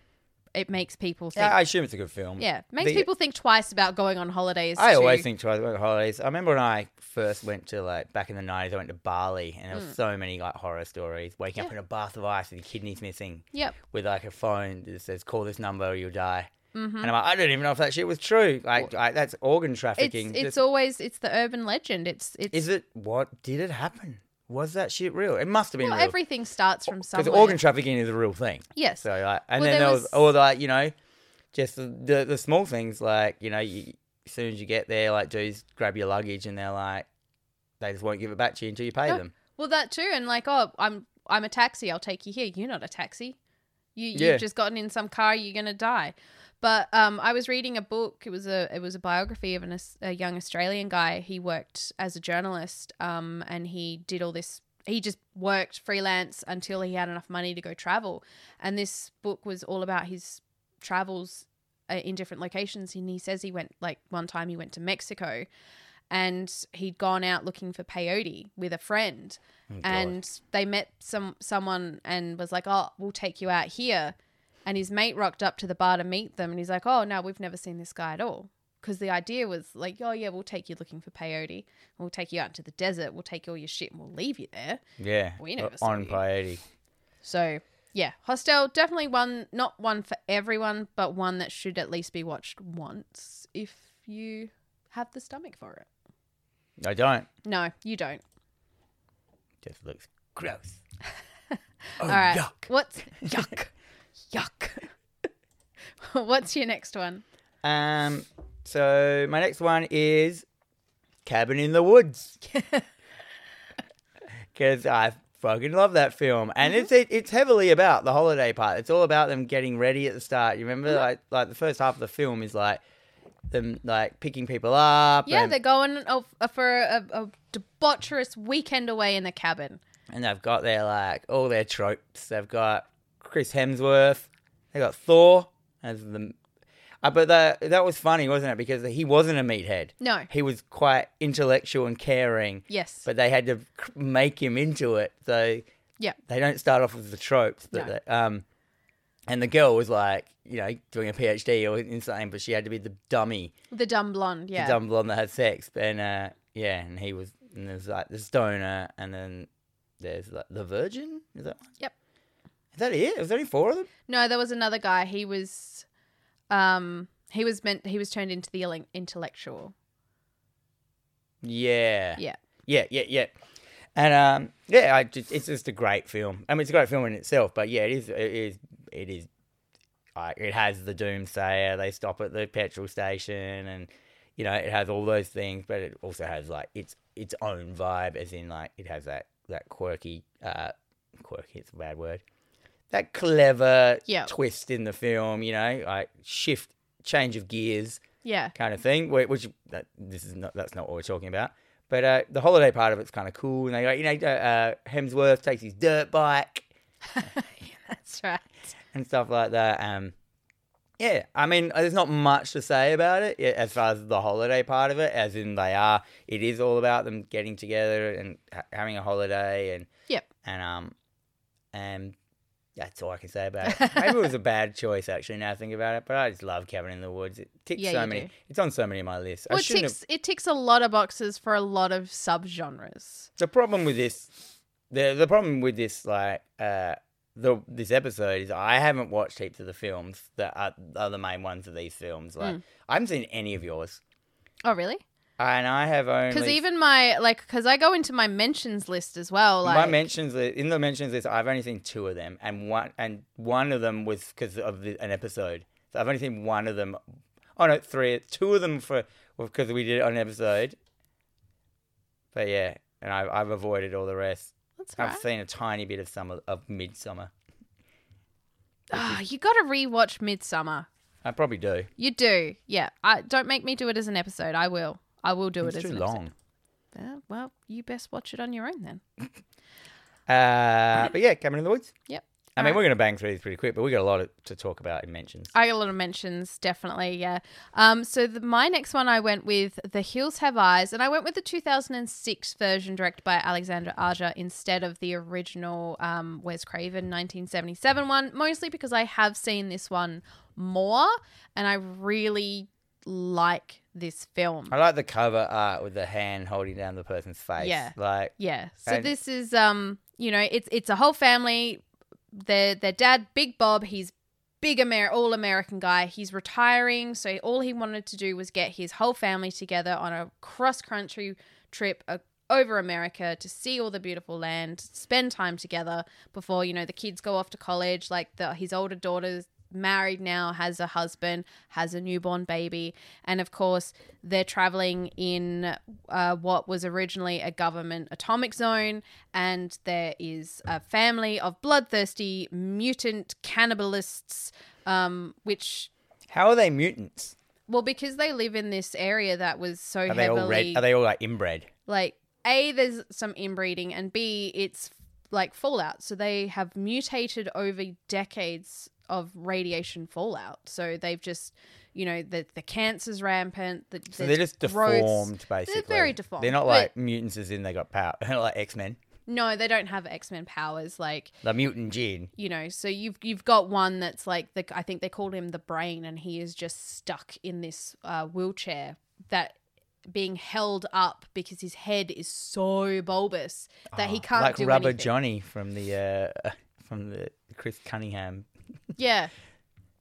Speaker 1: it makes people think
Speaker 2: Yeah,
Speaker 1: yeah,
Speaker 2: I assume it's a good film.
Speaker 1: makes
Speaker 2: the-
Speaker 1: people think twice about going on holidays
Speaker 2: I
Speaker 1: to-
Speaker 2: always think twice about holidays. I remember when I first went to like back in the nineties, I went to Bali, and there were so many like horror stories. Waking up
Speaker 1: Hmm. Yeah.
Speaker 2: in a bath of ice with your kidneys missing,
Speaker 1: yep
Speaker 2: with like a phone that says "Call this number or you'll die." And I'm like, I don't even know if that shit was true. Like, I, that's
Speaker 1: Mm-hmm.
Speaker 2: organ
Speaker 1: it's
Speaker 2: trafficking.
Speaker 1: it's
Speaker 2: Just-
Speaker 1: always it's the urban legend it's it's
Speaker 2: is it what did it happen? Was that shit real? It must have been
Speaker 1: well,
Speaker 2: real
Speaker 1: everything starts from
Speaker 2: because
Speaker 1: somewhere
Speaker 2: organ trafficking is a real thing.
Speaker 1: yes
Speaker 2: So like, and
Speaker 1: Well,
Speaker 2: then
Speaker 1: there
Speaker 2: there
Speaker 1: was-
Speaker 2: was, all the like, you know, just the, the the small things like you know, you, as soon as you get there, like dudes grab your luggage and they're like, they just won't give it back to you until you pay
Speaker 1: No.
Speaker 2: them.
Speaker 1: Well, that too, and like, oh, I'm I'm a taxi. I'll take you here. You're not a taxi. You
Speaker 2: Yeah.
Speaker 1: you've just gotten in some car. You're gonna die. But um, I was reading a book. It was a it was a biography of an, Aus- a young Australian guy. He worked as a journalist. Um, and he did all this. He just worked freelance until he had enough money to go travel. And this book was all about his travels uh, in different locations. And he says he went like one time he went to Mexico, and he'd gone out looking for peyote with a friend
Speaker 2: Oh, God.
Speaker 1: and they met some someone and was like, "Oh, we'll take you out here." And his mate rocked up to the bar to meet them, and he's like, "Oh, no, we've never seen this guy at all." Because the idea was like, "Oh yeah, we'll take you looking for peyote. We'll take you out into the desert. We'll take all your shit and we'll leave you there."
Speaker 2: yeah,
Speaker 1: we never saw
Speaker 2: on
Speaker 1: you.
Speaker 2: priority.
Speaker 1: So yeah, Hostel definitely one not one for everyone, but one that should at least be watched once if you have the stomach for it.
Speaker 2: I don't.
Speaker 1: No, you don't.
Speaker 2: Just looks gross. oh
Speaker 1: All right.
Speaker 2: yuck.
Speaker 1: What's yuck? yuck. What's your next one?
Speaker 2: Um. So my next one is Cabin in the Woods. Because I fucking love that film, and it's it, it's heavily about the holiday part. It's all about them getting ready at the start. You remember, like like the first half of the film is like them like picking people up.
Speaker 1: Yeah,
Speaker 2: and,
Speaker 1: they're going off- uh, for a, a debaucherous weekend away in the cabin.
Speaker 2: and they've got their like all their tropes. They've got Chris Hemsworth. They got Thor as the. Uh, but that that was funny, wasn't it? Because he wasn't a meathead.
Speaker 1: No.
Speaker 2: he was quite intellectual and caring.
Speaker 1: Yes.
Speaker 2: but they had to c- make him into it. So
Speaker 1: Yeah.
Speaker 2: they don't start off with the tropes. But
Speaker 1: No.
Speaker 2: they, um, and the girl was like, you know, doing a PhD or in something, but she had to be the dummy,
Speaker 1: the dumb blonde. Yeah.
Speaker 2: the dumb blonde that had sex. And uh, yeah, and he was, and there's like the stoner, and then there's like the virgin. Is that one?
Speaker 1: Yep.
Speaker 2: Is that it? Was there only four of them?
Speaker 1: No, there was another guy. He was, um, he was meant. He was turned into the ele- intellectual.
Speaker 2: Yeah.
Speaker 1: Yeah.
Speaker 2: Yeah, yeah, yeah. And um, yeah, I just, it's just a great film. I mean, it's a great film in itself, but yeah, it is, it is, it is. I it has the doomsayer. They stop at the petrol station, and you know, it has all those things, but it also has like its its own vibe, as in like it has that that quirky, uh, quirky. It's a bad word. That clever
Speaker 1: Yeah.
Speaker 2: twist in the film, you know, like shift, change of gears
Speaker 1: Yeah.
Speaker 2: kind of thing. wh- Which that, this is not that's not what we're talking about. But uh, the holiday part of it's kind of cool, and they go, you know, uh, Hemsworth takes his dirt bike
Speaker 1: yeah. That's right.
Speaker 2: and stuff like that. Um, Yeah, I mean, there's not much to say about it yeah, as far as the holiday part of it, as in they are. It is all about them getting together and ha- having a holiday, and
Speaker 1: Yep.
Speaker 2: and um, and that's all I can say about it. Maybe it was a bad choice actually. Now I think about it, but I just love Cabin in the Woods. It ticks
Speaker 1: Yeah,
Speaker 2: so
Speaker 1: you
Speaker 2: many.
Speaker 1: do.
Speaker 2: It's on so many of my lists.
Speaker 1: Well,
Speaker 2: I
Speaker 1: it
Speaker 2: shouldn't
Speaker 1: ticks, it ticks a lot of boxes for a lot of subgenres.
Speaker 2: the problem with this the the problem with this like uh the this episode is I haven't watched heaps of the films that are, are the main ones of these films.
Speaker 1: Mm.
Speaker 2: Like I haven't seen any of yours.
Speaker 1: Oh, really?
Speaker 2: And I have only
Speaker 1: Because even my, like, because I go into my mentions list as well. Like,
Speaker 2: my mentions li- in the mentions list I've only seen two of them and one and one of them was because of the, an episode. So I've only seen one of them. Oh no, three. Two of them for because we did it on an episode. But yeah, and I, I've avoided all the rest.
Speaker 1: that's all
Speaker 2: I've
Speaker 1: right.
Speaker 2: seen a tiny bit of summer of midsummer.
Speaker 1: Ah, you got to rewatch Midsummer.
Speaker 2: I probably do.
Speaker 1: You do, yeah. I don't make me do it as an episode. I will. I will do
Speaker 2: It's
Speaker 1: Oh, it as
Speaker 2: too
Speaker 1: an
Speaker 2: long.
Speaker 1: Episode. Uh, well, you best watch it on your own then.
Speaker 2: Uh, but yeah, coming in the woods.
Speaker 1: Yep.
Speaker 2: I mean,
Speaker 1: Alright.
Speaker 2: we're going to bang through these pretty quick, but we got a lot of, to talk about in mentions.
Speaker 1: I got a lot of mentions, definitely, yeah. Um, so the, my next one I went with The Hills Have Eyes, and I went with the 2006 version directed by Alexandra Aja instead of the original um, Wes Craven 1977 one, mostly because I have seen this one more, and I really like this film.
Speaker 2: I like the cover art with the hand holding down the person's face.
Speaker 1: Yeah.
Speaker 2: Like,
Speaker 1: Yeah. So
Speaker 2: And-
Speaker 1: this is um, you know, it's it's a whole family. Their their dad, Big Bob, he's big Amer all American guy. He's retiring, so all he wanted to do was get his whole family together on a cross country trip uh, over America to see all the beautiful land, spend time together before you know the kids go off to college. Like the his older daughter's married now, has a husband, has a newborn baby, and of course they're traveling in uh, what was originally a government atomic zone, and there is a family of bloodthirsty mutant cannibalists, um, which.
Speaker 2: how are they mutants?
Speaker 1: Well, because they live in this area that was so
Speaker 2: Are they
Speaker 1: heavily
Speaker 2: all red? Are they all like inbred?
Speaker 1: like a there's some inbreeding and b it's like fallout so they have mutated over decades of radiation fallout so they've just you know the the cancer's rampant the,
Speaker 2: So they're just deformed, basically.
Speaker 1: very deformed,
Speaker 2: They're not
Speaker 1: but-
Speaker 2: like mutants as in they got power, like X Men.
Speaker 1: no they don't have x-men powers like
Speaker 2: The mutant gene.
Speaker 1: you know so you've you've got one that's like the i think they called him the brain and he is just stuck in this uh, wheelchair that being held up because his head is so bulbous that he
Speaker 2: Oh,
Speaker 1: can't
Speaker 2: Like
Speaker 1: do
Speaker 2: Rubber
Speaker 1: anything.
Speaker 2: Johnny from the uh, from the Chris Cunningham
Speaker 1: yeah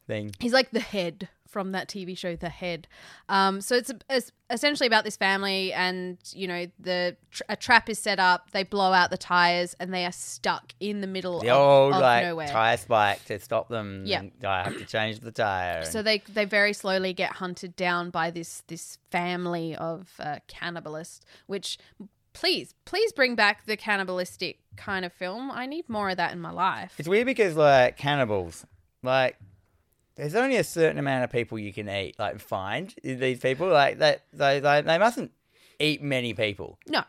Speaker 2: thing.
Speaker 1: he's like the head from that TV show The Head. Um, so it's, it's essentially about this family, and you know the tr a trap is set up. They blow out the tires, and they are stuck in the middle
Speaker 2: The
Speaker 1: of,
Speaker 2: old
Speaker 1: of
Speaker 2: like
Speaker 1: nowhere.
Speaker 2: tire spike to stop them.
Speaker 1: Yeah.
Speaker 2: and I have to change the tire. and-
Speaker 1: So they they very slowly get hunted down by this this family of uh, cannibalists. Which please please bring back the cannibalistic kind of film. I need more of that in my life.
Speaker 2: It's weird because like cannibals, like there's only a certain amount of people you can eat. Like find these people like that they they, they mustn't eat many people,
Speaker 1: No,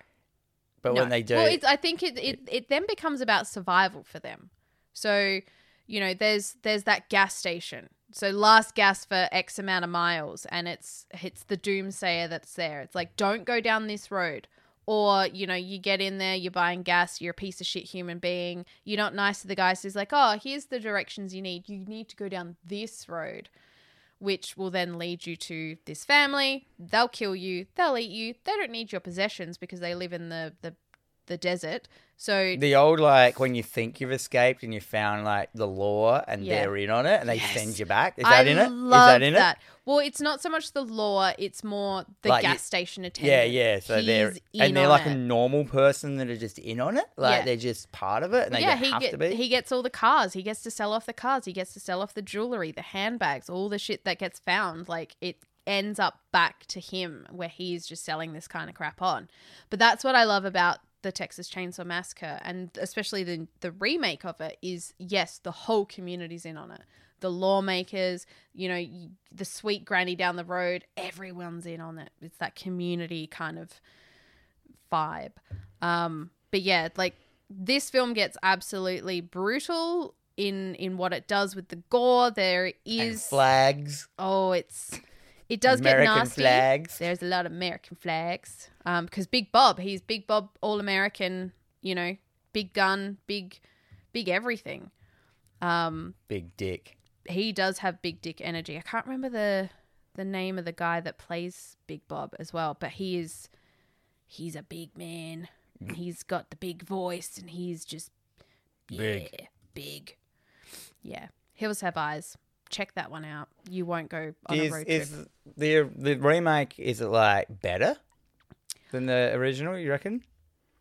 Speaker 2: but
Speaker 1: No.
Speaker 2: when they do,
Speaker 1: well, it's, I think it, it it then becomes about survival for them. So, you know, there's there's that gas station. So last gas for X amount of miles, and it's it's the doomsayer that's there. It's like don't go down this road, or you know, you get in there, you're buying gas, you're a piece of shit human being, you're not nice to the guy. So he's like, oh, here's the directions you need. You need to go down this road which will then lead you to this family. They'll kill you. They'll eat you. They don't need your possessions because they live in the the, the desert. So
Speaker 2: the old like when you think you've escaped and you found like the law and
Speaker 1: Yeah.
Speaker 2: they're in on it and they
Speaker 1: Yes.
Speaker 2: send you back. Is
Speaker 1: I
Speaker 2: that in it? Is
Speaker 1: love
Speaker 2: that in it?
Speaker 1: Well, it's not so much the law; it's more the
Speaker 2: Like,
Speaker 1: gas
Speaker 2: you-
Speaker 1: station
Speaker 2: Yeah,
Speaker 1: attendant.
Speaker 2: yeah. So they're
Speaker 1: He's in
Speaker 2: and they're
Speaker 1: on
Speaker 2: like
Speaker 1: it.
Speaker 2: a normal person that are just in on it. Like
Speaker 1: Yeah.
Speaker 2: they're just part of it and they
Speaker 1: yeah,
Speaker 2: don't
Speaker 1: he
Speaker 2: have
Speaker 1: get,
Speaker 2: to be.
Speaker 1: he gets all the cars. He gets to sell off the cars. He gets to sell off the jewelry, the handbags, all the shit that gets found. Like it ends up back to him where he's just selling this kind of crap on. But that's what I love about the Texas Chainsaw Massacre and especially the the remake of it is yes, the whole community's in on it. The lawmakers, you know, y- the sweet granny down the road, everyone's in on it. It's that community kind of vibe. Um, but yeah, like this film gets absolutely brutal in in what it does with the gore. There
Speaker 2: And
Speaker 1: is
Speaker 2: flags.
Speaker 1: oh, it's it does
Speaker 2: American
Speaker 1: get nasty.
Speaker 2: flags.
Speaker 1: There's a lot of American flags. Um, because Big Bob, he's Big Bob, all American. You know, big gun, big, big everything. Um,
Speaker 2: Big dick.
Speaker 1: he does have big dick energy. I can't remember the the name of the guy that plays Big Bob as well, but he is he's a big man. And
Speaker 2: Mm.
Speaker 1: he's got the big voice and he's just
Speaker 2: Big.
Speaker 1: yeah, big. Yeah. Hills have eyes. Check that one out. You won't go on
Speaker 2: Is,
Speaker 1: a road
Speaker 2: is
Speaker 1: trip.
Speaker 2: the the remake is it like better than the original? You reckon?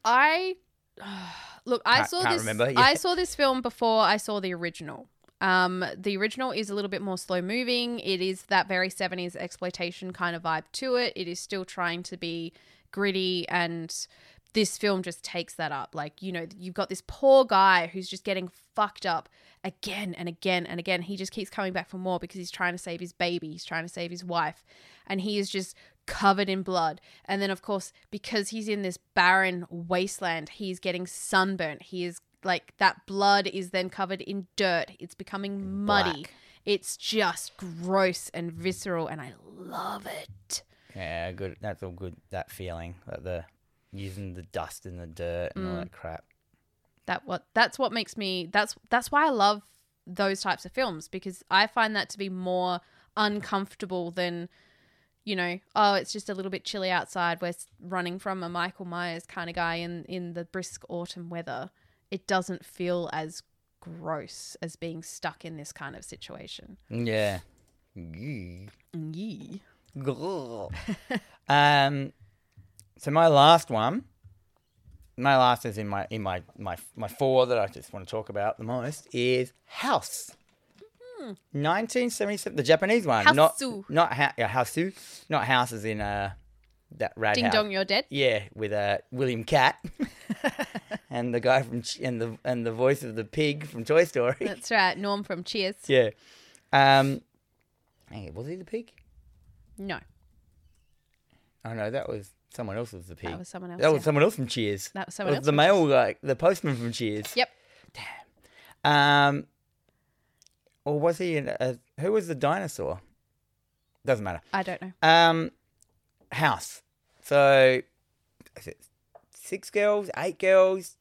Speaker 1: I look, I
Speaker 2: Can't-
Speaker 1: saw
Speaker 2: can't
Speaker 1: this
Speaker 2: remember, yeah.
Speaker 1: I saw this film before I saw the original. Um, the original is a little bit more slow moving. It is that very 70s exploitation kind of vibe to it. It is still trying to be gritty and this film just takes that up. Like, you know, you've got this poor guy who's just getting fucked up again and again and again. He just keeps coming back for more because he's trying to save his baby, he's trying to save his wife, and he is just covered in blood. And then, of course, because he's in this barren wasteland, he's getting sunburnt. He is like that blood is then covered in dirt, it's becoming muddy.
Speaker 2: Black.
Speaker 1: It's just gross and visceral, and I love it.
Speaker 2: Yeah, good. That's all good. That feeling, like the using the dust and the dirt and all that crap.
Speaker 1: that what that's what makes me that's that's why I love those types of films because I find that to be more uncomfortable than you know oh it's just a little bit chilly outside we're s- running from a Michael Myers kind of guy in in the brisk autumn weather it doesn't feel as gross as being stuck in this kind of situation
Speaker 2: Yeah. Yee.
Speaker 1: Yee.
Speaker 2: Grrr. um, so my last one, my last is in my in my my my four that I just want to talk about the most is House. 1977, the Japanese one,
Speaker 1: Houseu.
Speaker 2: not not ha- yeah, Houseu, not House as in uh that rat
Speaker 1: ding
Speaker 2: house.
Speaker 1: dong you're dead
Speaker 2: Yeah, with uh, William Cat and the guy from Ch- and the and the voice of the pig from Toy Story.
Speaker 1: that's right Norm from Cheers
Speaker 2: yeah. Um, hey, was he the pig?
Speaker 1: no
Speaker 2: Oh no, that was someone else was the pig.
Speaker 1: that was someone else
Speaker 2: That was
Speaker 1: yeah.
Speaker 2: someone else from Cheers.
Speaker 1: That was someone
Speaker 2: It
Speaker 1: else
Speaker 2: The
Speaker 1: from
Speaker 2: male guy, the postman from Cheers.
Speaker 1: yep
Speaker 2: Um, or was he? In a, who was the dinosaur? Doesn't matter.
Speaker 1: I don't know
Speaker 2: Um, house. So, is it six girls, eight girls,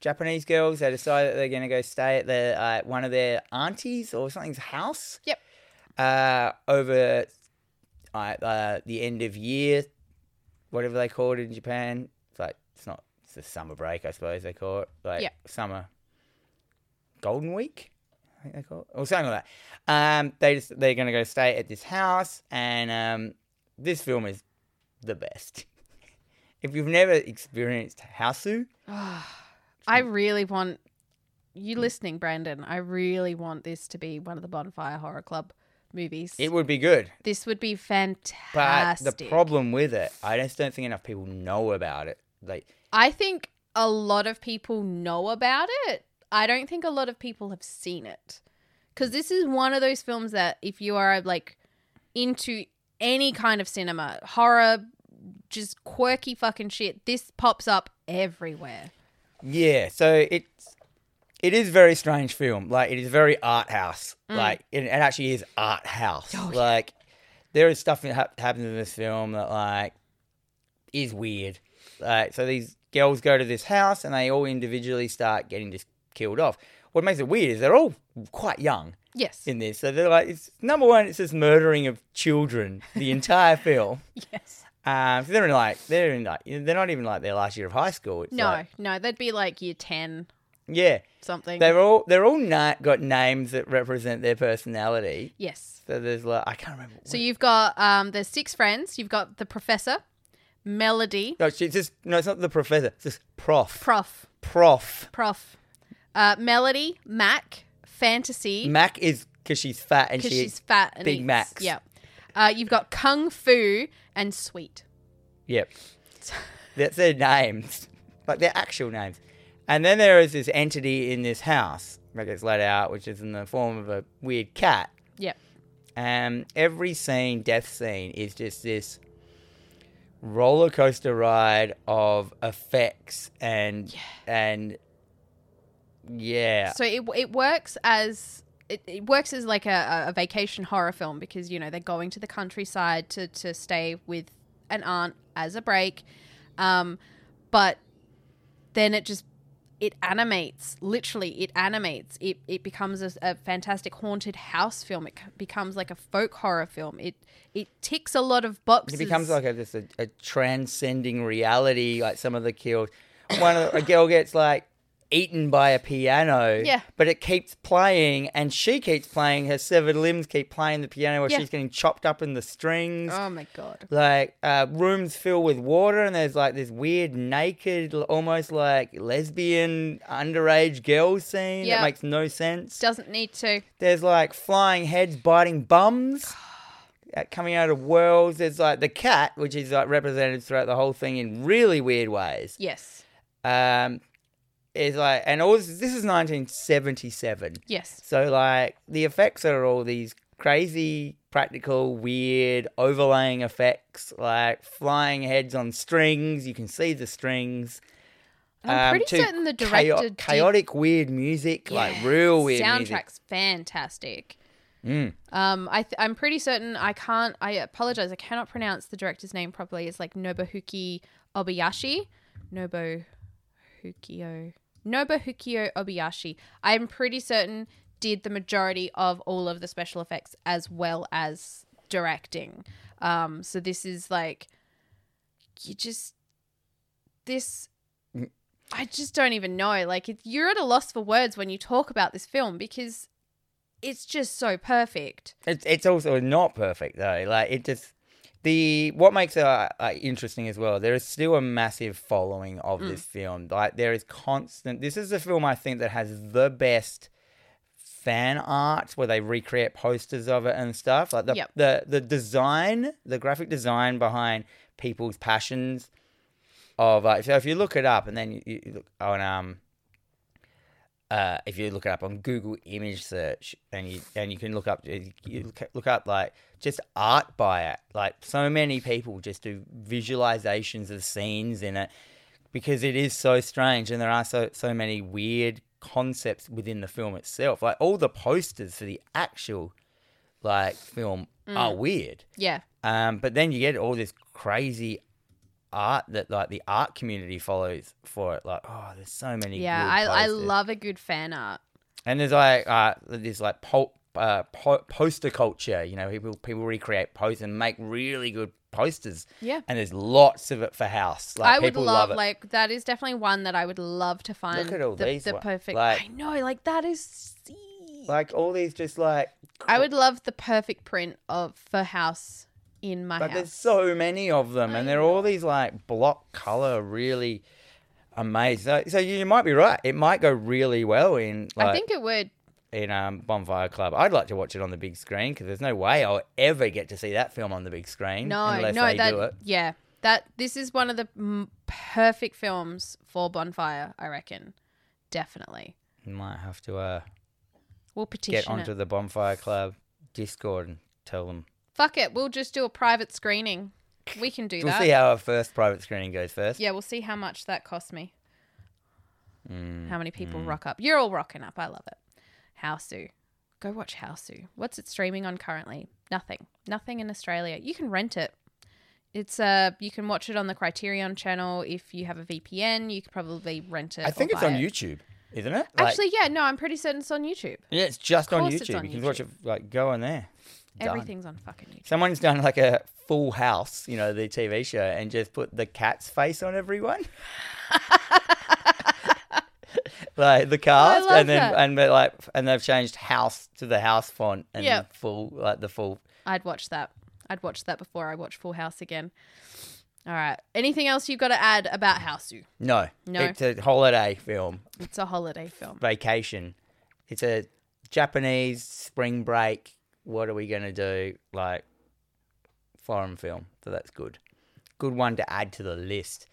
Speaker 2: Japanese girls. They decide that they're going to go stay at their uh, one of their aunties or something's house.
Speaker 1: Yep.
Speaker 2: Uh, over uh, uh, the end of year, whatever they call it in Japan. It's like it's not. It's the summer break, I suppose they call it. Like
Speaker 1: Yep.
Speaker 2: summer. Golden Week think they call it, or something like that. Um, they just they're gonna go stay at this house, and um, this film is the best. if you've never experienced Houseu,
Speaker 1: I really want you listening, Brandon. I really want this to be one of the Bonfire Horror Club movies.
Speaker 2: it would be good.
Speaker 1: this would be
Speaker 2: But
Speaker 1: fantastic.
Speaker 2: the problem with it, I just don't think enough people know about it. Like,
Speaker 1: I think a lot of people know about it. I don't think a lot of people have seen it. Because this is one of those films that if you are like into any kind of cinema, horror, just quirky fucking shit, this pops up everywhere.
Speaker 2: yeah, so it's it is very strange film. Like, it is very art house. Like, it, it actually is art house. like, there is stuff that hap- happens in this film that like is weird. Like, so these girls go to this house and they all individually start getting just killed off. What makes it weird is they're all quite young
Speaker 1: Yes.
Speaker 2: in this. So they're like, it's number one, it's this murdering of children the entire film.
Speaker 1: yes.
Speaker 2: Um, so they're in like they're in like they're not even like their last year of high school. It's
Speaker 1: No,
Speaker 2: like-
Speaker 1: no, that'd be like year 10
Speaker 2: yeah,
Speaker 1: something.
Speaker 2: they're all they're all na- got names that represent their personality.
Speaker 1: yes.
Speaker 2: So there's like I can't remember.
Speaker 1: So you've got um, there's six friends. You've got the professor, Melody,
Speaker 2: no, it's just no, it's not the professor. It's just prof.
Speaker 1: Prof,
Speaker 2: Prof.
Speaker 1: Prof, uh, Melody, Mac, Fantasy,
Speaker 2: Mac is because she's fat and she
Speaker 1: because she's fat and
Speaker 2: Big
Speaker 1: eats.
Speaker 2: Macs.
Speaker 1: Yep. Uh, you've got Kung Fu and Sweet.
Speaker 2: Yep. That's their names, like their actual names. And then there is this entity in this house that gets let out, which is in the form of a weird cat.
Speaker 1: Yep.
Speaker 2: And every scene, death scene, is just this roller coaster ride of effects and and Yeah.
Speaker 1: So it it works as it, it works as like a, a vacation horror film because you know they're going to the countryside to to stay with an aunt as a break, um, but then it just it animates literally it animates it it becomes a, a fantastic haunted house film it c- becomes like a folk horror film it it ticks a lot of boxes
Speaker 2: It becomes like a, just a, a transcending reality. Like some of the kills, one of the, a girl gets like eaten by a piano.
Speaker 1: Yeah.
Speaker 2: But it keeps playing, and she keeps playing. Her severed limbs keep playing the piano, while
Speaker 1: Yeah.
Speaker 2: she's getting chopped up in the strings.
Speaker 1: oh my god
Speaker 2: Like uh, rooms fill with water, and there's like this weird, naked, l- almost like lesbian, underage girl scene
Speaker 1: Yeah.
Speaker 2: that makes no sense.
Speaker 1: doesn't need to
Speaker 2: There's like flying heads biting bums uh, coming out of whirls. There's like the cat, which is like represented throughout the whole thing in really weird ways.
Speaker 1: yes
Speaker 2: Um, it's like, and all this, this is 1977.
Speaker 1: yes
Speaker 2: So like the effects are all these crazy, practical, weird overlaying effects, like flying heads on strings. You can see the strings.
Speaker 1: i'm
Speaker 2: Um,
Speaker 1: pretty
Speaker 2: to
Speaker 1: certain the
Speaker 2: chao-
Speaker 1: director did-
Speaker 2: chaotic, weird music, like real weird
Speaker 1: soundtrack's
Speaker 2: music. Mm.
Speaker 1: fantastic. Um, I th- I'm pretty certain I can't. I apologize. I cannot pronounce the director's name properly. It's like Nobuhuki Obayashi. Nobuhukio. Nobuhukio Obayashi. I'm pretty certain did the majority of all of the special effects as well as directing. Um, so this is like you just this I just don't even know. Like it, you're at a loss for words when you talk about this film because it's just so perfect.
Speaker 2: It's it's also not perfect though. Like it just the what makes it uh, uh, interesting as well. There is still a massive following of this film. Like there is constant. This is a film I think that has the best fan art where they recreate posters of it and stuff. Like the
Speaker 1: Yep.
Speaker 2: the the design, the graphic design behind people's passions of like so if you look it up and then you, you look on um uh, if you look it up on Google image search and you and you can look up you
Speaker 1: Mm-hmm.
Speaker 2: look- look up like just art by it like so many people just do visualizations of scenes in it because it is so strange and there are so so many weird concepts within the film itself like all the posters for the actual like film are
Speaker 1: Mm.
Speaker 2: weird
Speaker 1: Yeah.
Speaker 2: um, but then you get all this crazy art that like the art community follows for it. Like, oh, there's so many.
Speaker 1: Yeah,
Speaker 2: good
Speaker 1: I, I
Speaker 2: posters.
Speaker 1: love a good fan art.
Speaker 2: And there's like uh, there's like pulp. Uh, po- poster culture, you know, people people recreate posters and make really good posters.
Speaker 1: Yeah.
Speaker 2: and there's lots of it for house. Like
Speaker 1: I would
Speaker 2: people
Speaker 1: love,
Speaker 2: love, it.
Speaker 1: like that is definitely one that I would love to find.
Speaker 2: at all
Speaker 1: the,
Speaker 2: these
Speaker 1: the
Speaker 2: ones,
Speaker 1: perfect.
Speaker 2: like-
Speaker 1: I know, like that is.
Speaker 2: like all these just like
Speaker 1: I would love the perfect print of for house in my
Speaker 2: But
Speaker 1: house.
Speaker 2: there's so many of them, and they're all these like block color, really amazing. So, so you might be right. It might go really well in like
Speaker 1: I think it would.
Speaker 2: in um, Bonfire Club. I'd like to watch it on the big screen because there's no way I'll ever get to see that film on the big screen
Speaker 1: No,
Speaker 2: unless
Speaker 1: no,
Speaker 2: they
Speaker 1: that
Speaker 2: do it.
Speaker 1: yeah. That this is one of the mm, perfect films for bonfire. I reckon, definitely.
Speaker 2: Might have to uh,
Speaker 1: We'll
Speaker 2: get
Speaker 1: petition
Speaker 2: onto
Speaker 1: it.
Speaker 2: the Bonfire Club Discord and tell them.
Speaker 1: Fuck it. We'll just do a private screening. We can do
Speaker 2: We'll
Speaker 1: that.
Speaker 2: see how our first private screening goes first.
Speaker 1: Yeah, we'll see how much that cost me.
Speaker 2: Mm.
Speaker 1: how many people rock up? You're all rocking up. I love it. Houseu. Go watch Houseu. What's it streaming on currently? Nothing. Nothing in Australia. You can rent it. It's uh you can watch it on the Criterion channel if you have a VPN. You could probably rent it.
Speaker 2: I think
Speaker 1: or
Speaker 2: it's
Speaker 1: buy
Speaker 2: on
Speaker 1: it.
Speaker 2: YouTube, isn't it? Like-
Speaker 1: Actually, yeah, no, I'm pretty certain it's on YouTube.
Speaker 2: yeah, it's just on
Speaker 1: course
Speaker 2: YouTube.
Speaker 1: it's on
Speaker 2: you can watch it. Like, go on there. Done.
Speaker 1: Everything's on fucking YouTube.
Speaker 2: Someone's done like a Full House, you know, the TV show, and just put the cat's face on everyone. like the cast,
Speaker 1: love
Speaker 2: and then
Speaker 1: that.
Speaker 2: and they're like, and they've changed house to the house font and
Speaker 1: Yeah.
Speaker 2: full like the full.
Speaker 1: I'd watch that. I'd watch that before I watch Full House again. All right. Anything else you've got to add about Houseu?
Speaker 2: No,
Speaker 1: No.
Speaker 2: it's a holiday film,
Speaker 1: It's a holiday film.
Speaker 2: vacation. It's a Japanese spring break. What are we gonna do? Like foreign film, so that's good. Good one to add to the list.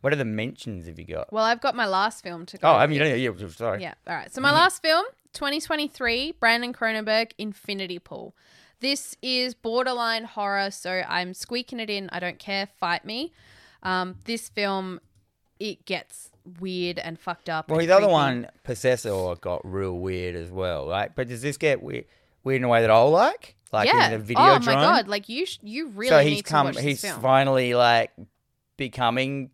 Speaker 2: What are the mentions have you got?
Speaker 1: Well, I've got my last film to go.
Speaker 2: Oh, I mean, yeah, yeah, yeah, sorry.
Speaker 1: Yeah. All right. So
Speaker 2: Mm-hmm.
Speaker 1: my last film, 2023, Brandon Cronenberg, Infinity Pool. This is borderline horror, so I'm squeaking it in. I don't care. Fight me. Um, this film, it gets weird and fucked up.
Speaker 2: Well,
Speaker 1: and
Speaker 2: the other
Speaker 1: creepy.
Speaker 2: one, Possessor, got real weird as well, right? But does this get weird, weird in a way that I'll like? Like
Speaker 1: yeah.
Speaker 2: in the video
Speaker 1: oh
Speaker 2: drone?
Speaker 1: my god! Like you, sh- you really
Speaker 2: so he's
Speaker 1: need
Speaker 2: come,
Speaker 1: to watch
Speaker 2: he's
Speaker 1: this film.
Speaker 2: finally like becoming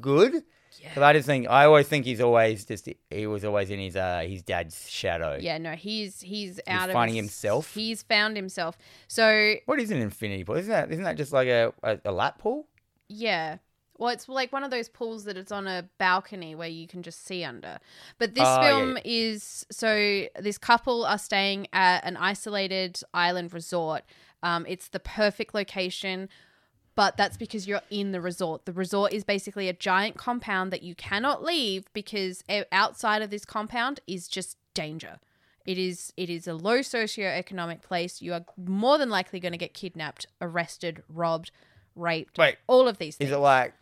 Speaker 2: good. Because
Speaker 1: yeah.
Speaker 2: I just think, I always think he's always just, he was always in his uh, his dad's shadow.
Speaker 1: yeah, no, he's he's out of
Speaker 2: finding
Speaker 1: his-
Speaker 2: himself?
Speaker 1: He's found himself. So
Speaker 2: What is an infinity pool? Isn't that, isn't that just like a, a, a lap pool?
Speaker 1: Yeah. Well, it's like one of those pools that it's on a balcony where you can just see under. But this
Speaker 2: Oh, yeah,
Speaker 1: film is so this couple are staying at an isolated island resort. Um, it's the perfect location, but that's because you're in the resort. The resort is basically a giant compound that you cannot leave because o- outside of this compound is just danger. It is it is a low socioeconomic place. You are more than likely going to get kidnapped, arrested, robbed, raped,
Speaker 2: Wait,
Speaker 1: all of these things.
Speaker 2: is it like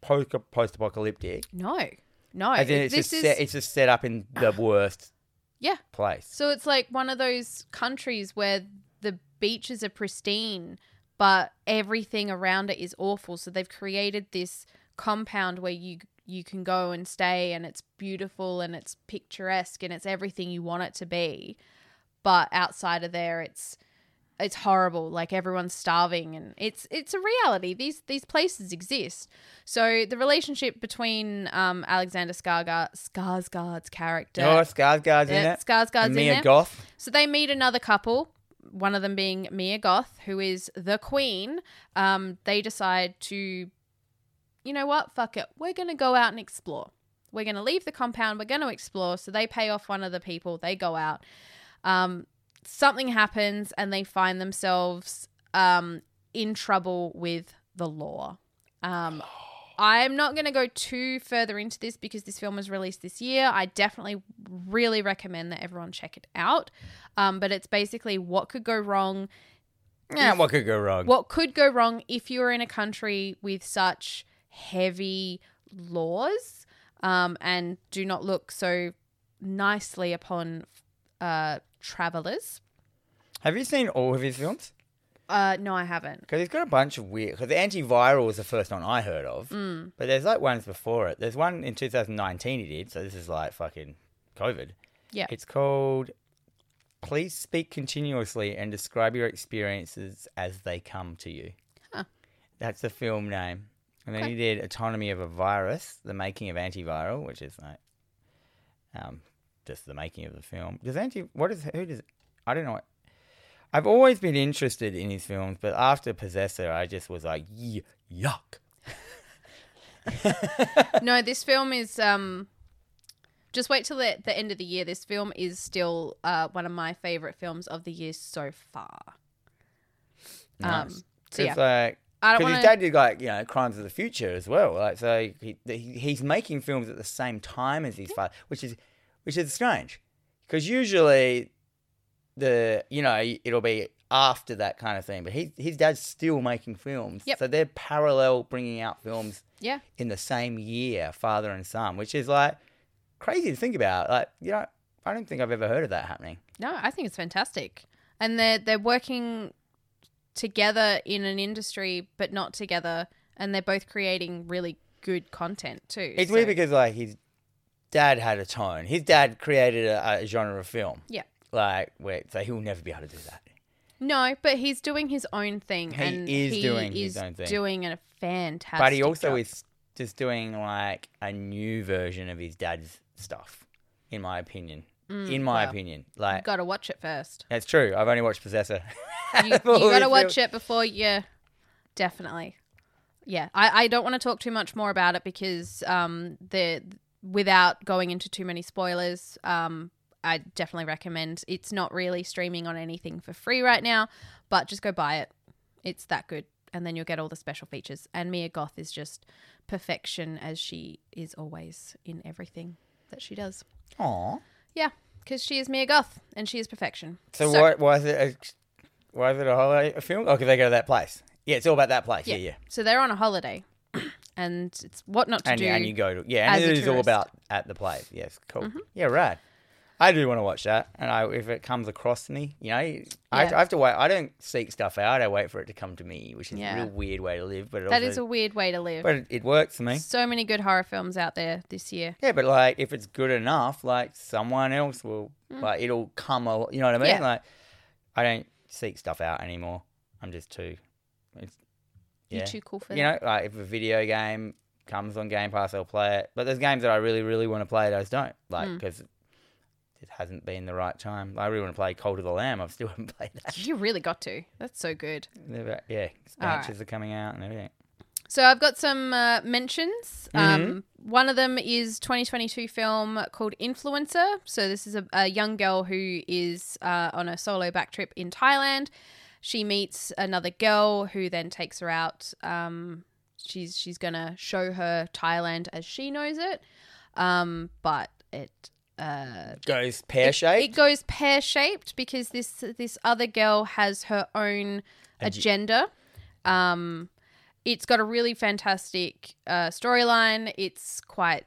Speaker 2: post post apocalyptic?
Speaker 1: no, no.
Speaker 2: As in, it's
Speaker 1: this
Speaker 2: just
Speaker 1: is
Speaker 2: set, it's just set up in the worst
Speaker 1: yeah.
Speaker 2: place.
Speaker 1: So it's like one of those countries where the beaches are pristine, but everything around it is awful. So they've created this compound where you you can go and stay, and it's beautiful and it's picturesque and it's everything you want it to be. But outside of there, it's it's horrible. Like everyone's starving, and it's it's a reality. These these places exist. So the relationship between um, Alexander Skarsgård, Skarsgård's character,
Speaker 2: Oh, Skarsgård's in
Speaker 1: yeah, uh,
Speaker 2: it.
Speaker 1: Skarsgård's
Speaker 2: And
Speaker 1: in
Speaker 2: Mia
Speaker 1: there.
Speaker 2: Goth.
Speaker 1: So they meet another couple, one of them being Mia Goth, who is the queen. Um, they decide to, you know what, fuck it. We're going to go out and explore. We're going to leave the compound. We're going to explore. So they pay off one of the people. They go out. Um, something happens and they find themselves um, in trouble with the law. Um, I'm not going to go too further into this because this film was released this year. I definitely really recommend that everyone check it out. Um, but it's basically what could go wrong.
Speaker 2: Yeah, what could go wrong?
Speaker 1: What could go wrong if you were in a country with such heavy laws um, and do not look so nicely upon uh, travelers?
Speaker 2: Have you seen all of his films?
Speaker 1: Uh, no, I haven't.
Speaker 2: Because he's got a bunch of weird. Because antiviral was the first one I heard of, mm. but there's like ones before it. There's one in 2019 he did, so this is like fucking COVID.
Speaker 1: Yeah.
Speaker 2: It's called "Please Speak Continuously and Describe Your Experiences as They Come to You."
Speaker 1: Huh.
Speaker 2: That's the film name. And then he did "Autonomy of a Virus: The Making of Antiviral," which is like, um, just the making of the film. Does anti? What is? Who does? I don't know. What, I've always been interested in his films, but after Possessor, I just was like, "Ye- yuck.
Speaker 1: no, this film is. Um, just wait till the, the end of the year. This film is still uh, one of my favorite films of the year so far. Um,
Speaker 2: Nice.
Speaker 1: so yeah,
Speaker 2: It's like
Speaker 1: I don't
Speaker 2: Because
Speaker 1: want
Speaker 2: his dad did like you know Crimes of the Future as well. Like so, he, he he's making films at the same time as his father, which is which is strange, because usually the you know it'll be after that kind of thing. But he, his dad's still making films,
Speaker 1: Yep.
Speaker 2: so they're parallel bringing out films
Speaker 1: Yeah.
Speaker 2: in the same year, father and son, which is like crazy to think about. Like you know, I don't think I've ever heard of that happening.
Speaker 1: No, I think it's fantastic. And they're they're working together in an industry but not together and they're both creating really good content too.
Speaker 2: It's
Speaker 1: So-
Speaker 2: weird because like his dad had a tone. His dad created a, a genre of film.
Speaker 1: Yeah.
Speaker 2: Like wait, so he'll never be able to do that.
Speaker 1: No, but he's doing his own thing
Speaker 2: He
Speaker 1: and
Speaker 2: is
Speaker 1: he
Speaker 2: doing his
Speaker 1: is
Speaker 2: own thing.
Speaker 1: doing a fantastic
Speaker 2: but he also
Speaker 1: job.
Speaker 2: is just doing like a new version of his dad's stuff, in my opinion. in my
Speaker 1: well,
Speaker 2: opinion, like
Speaker 1: got to watch it first.
Speaker 2: that's true. I've only watched Possessor.
Speaker 1: You, you got to watch it before you definitely. Yeah, I, I don't want to talk too much more about it because um the without going into too many spoilers um I definitely recommend. It's not really streaming on anything for free right now, but just go buy it. It's that good, and then you'll get all the special features. And Mia Goth is just perfection as she is always in everything that she does.
Speaker 2: Aww.
Speaker 1: Yeah, because she is Mia Goth and she is perfection.
Speaker 2: So, why why is it a, why is it a holiday film? Oh, 'cause they go to that place. Yeah, it's all about that place. Yeah, yeah.
Speaker 1: So they're on a holiday, and it's what not to
Speaker 2: and,
Speaker 1: do.
Speaker 2: you, and you go to yeah,
Speaker 1: as a
Speaker 2: and
Speaker 1: Mm-hmm.
Speaker 2: it is all
Speaker 1: tourist.
Speaker 2: about at the play. Yes, cool. Yeah, right. I do want to watch that, and I if it comes across to me, you know, I, I
Speaker 1: Yeah.
Speaker 2: have to wait. I don't seek stuff out. I wait for it to come to me, which is
Speaker 1: Yeah.
Speaker 2: a real weird way to live. But it
Speaker 1: That
Speaker 2: also,
Speaker 1: is a weird way to live.
Speaker 2: but it, it works for me.
Speaker 1: So many good horror films out there this year.
Speaker 2: Yeah, but like if it's good enough, like someone else will, like it'll come. al- You know what I mean?
Speaker 1: Mm. Yeah.
Speaker 2: Like I don't seek stuff out anymore. I'm just too. It's, yeah.
Speaker 1: You're too cool for
Speaker 2: you know, like if a video game comes on Game Pass, I'll play it. But there's games that I really, really want to play. Those don't like
Speaker 1: Hmm.
Speaker 2: because it hasn't been the right time. I really want to play Cold of the Lamb. I've still haven't played that.
Speaker 1: that. You really got to. That's so good.
Speaker 2: Never- Yeah,
Speaker 1: Alright.
Speaker 2: expansions are coming out and everything.
Speaker 1: So I've got some uh, mentions. Um, one of them is 2022 film called Influencer. So this is a, a young girl who is uh, on a solo back trip in Thailand. She meets another girl who then takes her out. Um, she's she's gonna show her Thailand as she knows it, um, but it. Uh,
Speaker 2: Goes pear
Speaker 1: It
Speaker 2: shaped.
Speaker 1: goes pear shaped because this this other girl has her own agenda. Um, it's got a really fantastic uh, storyline. It's quite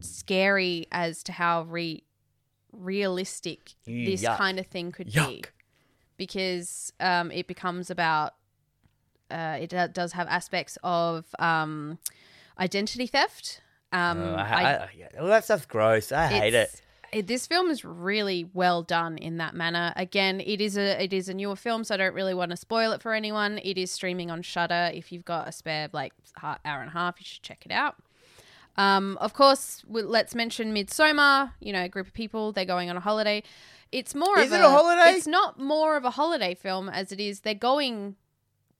Speaker 1: scary as to how re- realistic this
Speaker 2: Yuck.
Speaker 1: kind of thing could be
Speaker 2: Yuck.
Speaker 1: because um, it becomes about uh, it do- does have aspects of um, identity theft. Um,
Speaker 2: Oh, I,
Speaker 1: I-
Speaker 2: I, yeah, all that stuff's gross. I hate it.
Speaker 1: it's- it- This film is really well done in that manner. Again, it is a it is a newer film, so I don't really want to spoil it for anyone. It is streaming on Shudder. If you've got a spare like ha- hour and a half, you should check it out. Um, of course, we, let's mention Midsummer. You know, a group of people they're going on a holiday. It's more
Speaker 2: Is
Speaker 1: of
Speaker 2: it a holiday?
Speaker 1: It's not more of a holiday film as it is. They're going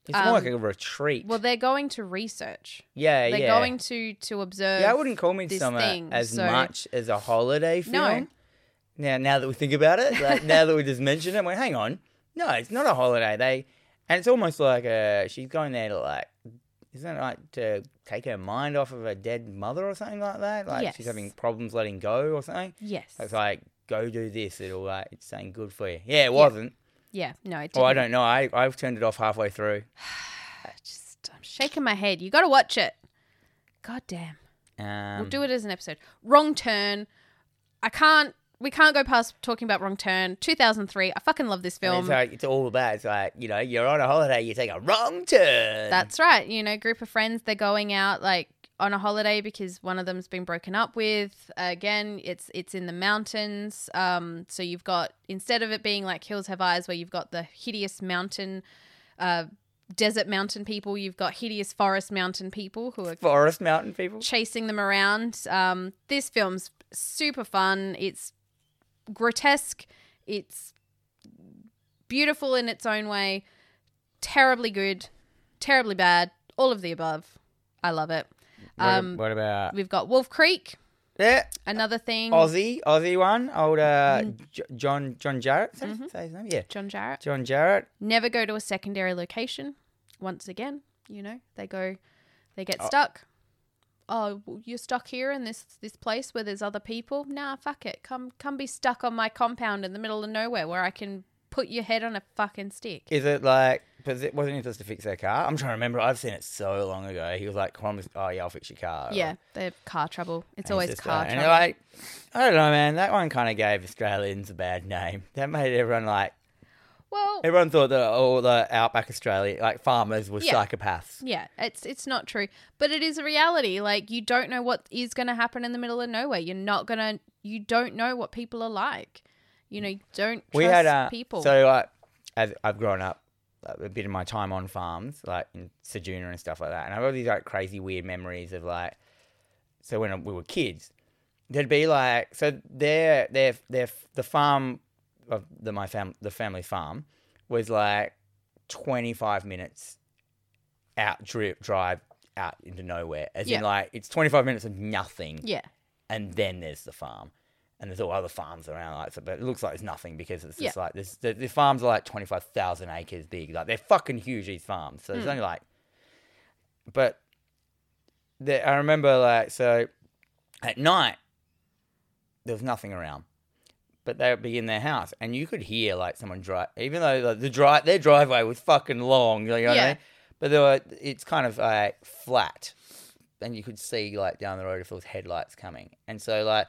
Speaker 2: It's more like a retreat.
Speaker 1: um, well. They're going to research.
Speaker 2: yeah,
Speaker 1: They're
Speaker 2: Uh, yeah.
Speaker 1: going to to observe.
Speaker 2: yeah, I wouldn't call
Speaker 1: this
Speaker 2: Midsummer
Speaker 1: thing,
Speaker 2: as
Speaker 1: so-
Speaker 2: much as a holiday
Speaker 1: No.
Speaker 2: film. Now, now that we think about it, like, now that we just mentioned it, I'm like, hang on, no, it's not a holiday. They, and it's almost like uh, she's going there to like, isn't it like to take her mind off of her dead mother or something like that? Like she's
Speaker 1: Yes.
Speaker 2: having problems letting go or something.
Speaker 1: Yes.
Speaker 2: It's like go do this. It'll like it's something good for you. Yeah, it wasn't.
Speaker 1: Yeah. No. It
Speaker 2: Oh, I
Speaker 1: didn't.
Speaker 2: don't know. I I've turned it off halfway through.
Speaker 1: I just I'm shaking my head. You got to watch it. God damn.
Speaker 2: Um,
Speaker 1: We'll do it as an episode. Wrong Turn. I can't. We can't go past talking about Wrong Turn. 2003. I fucking love this
Speaker 2: I mean,
Speaker 1: film.
Speaker 2: It's, like, it's all about it's like you know you're on a holiday you take a wrong turn.
Speaker 1: That's right. You know, group of friends. They're going out like on a holiday because one of them's been broken up with. Again, it's it's in the mountains. Um, so you've got instead of it being like Hills Have Eyes, where you've got the hideous mountain, uh, desert mountain people. You've got hideous forest mountain people who are
Speaker 2: forest mountain people.
Speaker 1: chasing them around. Um, this film's super fun. It's grotesque. It's beautiful in its own way. Terribly good. Terribly bad. All of the above. I love it. Um,
Speaker 2: what, what about
Speaker 1: We've got Wolf Creek.
Speaker 2: yeah,
Speaker 1: Another thing.
Speaker 2: Eh, Aussie Aussie one old uh,
Speaker 1: Mm-hmm.
Speaker 2: J- John John Jarrett? Is that- is that his name? Yeah,
Speaker 1: John Jarrett.
Speaker 2: John Jarrett.
Speaker 1: Never go to a secondary location. Once again, you know they go, they get stuck. Oh, well, you're stuck here in this this place where there's other people. Nah, fuck it. Come come be stuck on my compound in the middle of nowhere where I can put your head on a fucking stick.
Speaker 2: Is it like? Because it wasn't he supposed to fix their car? I'm trying to remember. I've seen it so long ago. He was like, promised, "Oh yeah, I'll fix your car." or-
Speaker 1: yeah, they have car trouble. It's
Speaker 2: and he's
Speaker 1: always
Speaker 2: just
Speaker 1: car
Speaker 2: like-
Speaker 1: trouble.
Speaker 2: And like, I don't know, man. That one kind of gave Australians a bad name. That made everyone like
Speaker 1: well,
Speaker 2: everyone thought that all the outback Australia like farmers were
Speaker 1: Yeah.
Speaker 2: psychopaths.
Speaker 1: yeah, it's it's not true, but it is a reality. Like you don't know what is going to happen in the middle of nowhere. You're not gonna. You don't know what people are like. You know, you don't trust
Speaker 2: we had uh,
Speaker 1: people.
Speaker 2: So like, as I've grown up, like, a bit of my time on farms, like in Sejuna and stuff like that, and I've got these like crazy weird memories of like, so when we were kids, there'd be like, so their their their the farm of the my fam the family farm was like twenty five minutes out drip drive out into nowhere, as
Speaker 1: Yeah.
Speaker 2: in like it's twenty five minutes of nothing
Speaker 1: yeah.
Speaker 2: and then there's the farm. And there's all other farms around, like so, but it looks like there's nothing because it's just like this. The, the farms are like twenty five thousand acres big, like they're fucking huge. These farms, so there's only like, but the, I remember like so at night there was nothing around, but they would be in their house, and you could hear like someone drive, even though like, the drive their driveway was fucking long, you know what
Speaker 1: Yeah.
Speaker 2: I mean? But there were, it's kind of like flat, and you could see like down the road if there was headlights coming, and so like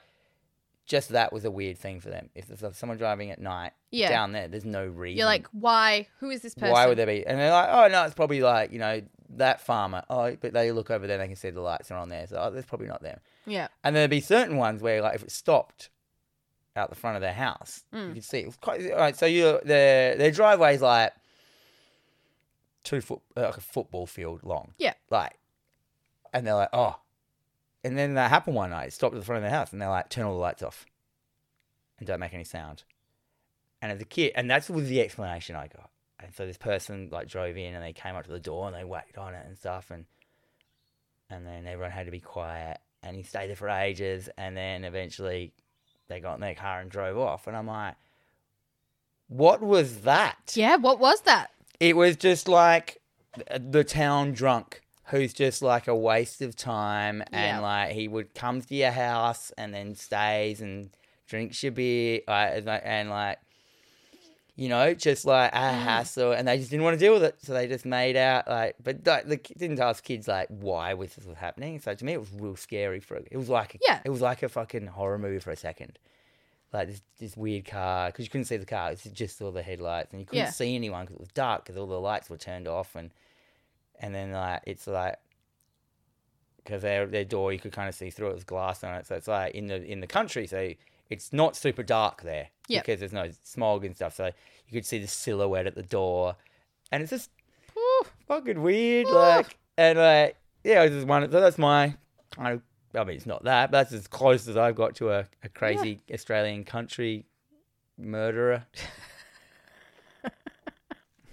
Speaker 2: just that was a weird thing for them. If there's someone driving at night
Speaker 1: Yeah.
Speaker 2: down there, there's no reason.
Speaker 1: You're like, why? Who is this person?
Speaker 2: why would there be? And they're like, oh no, it's probably like you know that farmer. Oh, but they look over there, they can see the lights are on there, so oh, that's probably not them.
Speaker 1: Yeah.
Speaker 2: And there'd be certain ones where, like, if it stopped out the front of their house,
Speaker 1: Mm.
Speaker 2: you could see it was quite. All right, so you their their driveway's like two foot, uh, like a football field long.
Speaker 1: Yeah.
Speaker 2: Like, and they're like, oh, and then that happened one night. It stopped at the front of their house, and they're like, turn all the lights off, and don't make any sound. And as a kid, and that's was the explanation I got. And so this person like drove in, and they came up to the door, and they waited on it and stuff, and and then everyone had to be quiet and he stayed there for ages and then eventually they got in their car and drove off and i'm like what was that
Speaker 1: Yeah. What was that?
Speaker 2: it was just like th- the town drunk who's just like a waste of time and
Speaker 1: Yeah.
Speaker 2: like he would come to your house and then stays and drinks your beer uh, and like- and like you know just like a hassle and they just didn't want to deal with it so they just made out like but like the kid didn't ask kids like why was this was happening so to me it was real scary for it was like a,
Speaker 1: Yeah.
Speaker 2: it was like a fucking horror movie for a second like this, this weird car because you couldn't see the car. It's just all the headlights, and you couldn't
Speaker 1: Yeah.
Speaker 2: see anyone because it was dark because all the lights were turned off, and and then like it's like because their their door you could kind of see through it was glass on it, so it's like in the in the country, so it's not super dark there
Speaker 1: Yeah.
Speaker 2: because there's no smog and stuff, so you could see the silhouette at the door, and it's just
Speaker 1: Ooh,
Speaker 2: fucking weird.
Speaker 1: Ah.
Speaker 2: Like, and like, yeah, this is one. So that's my kind of. I mean, it's not that, but that's as close as I've got to a, a crazy Australian country murderer.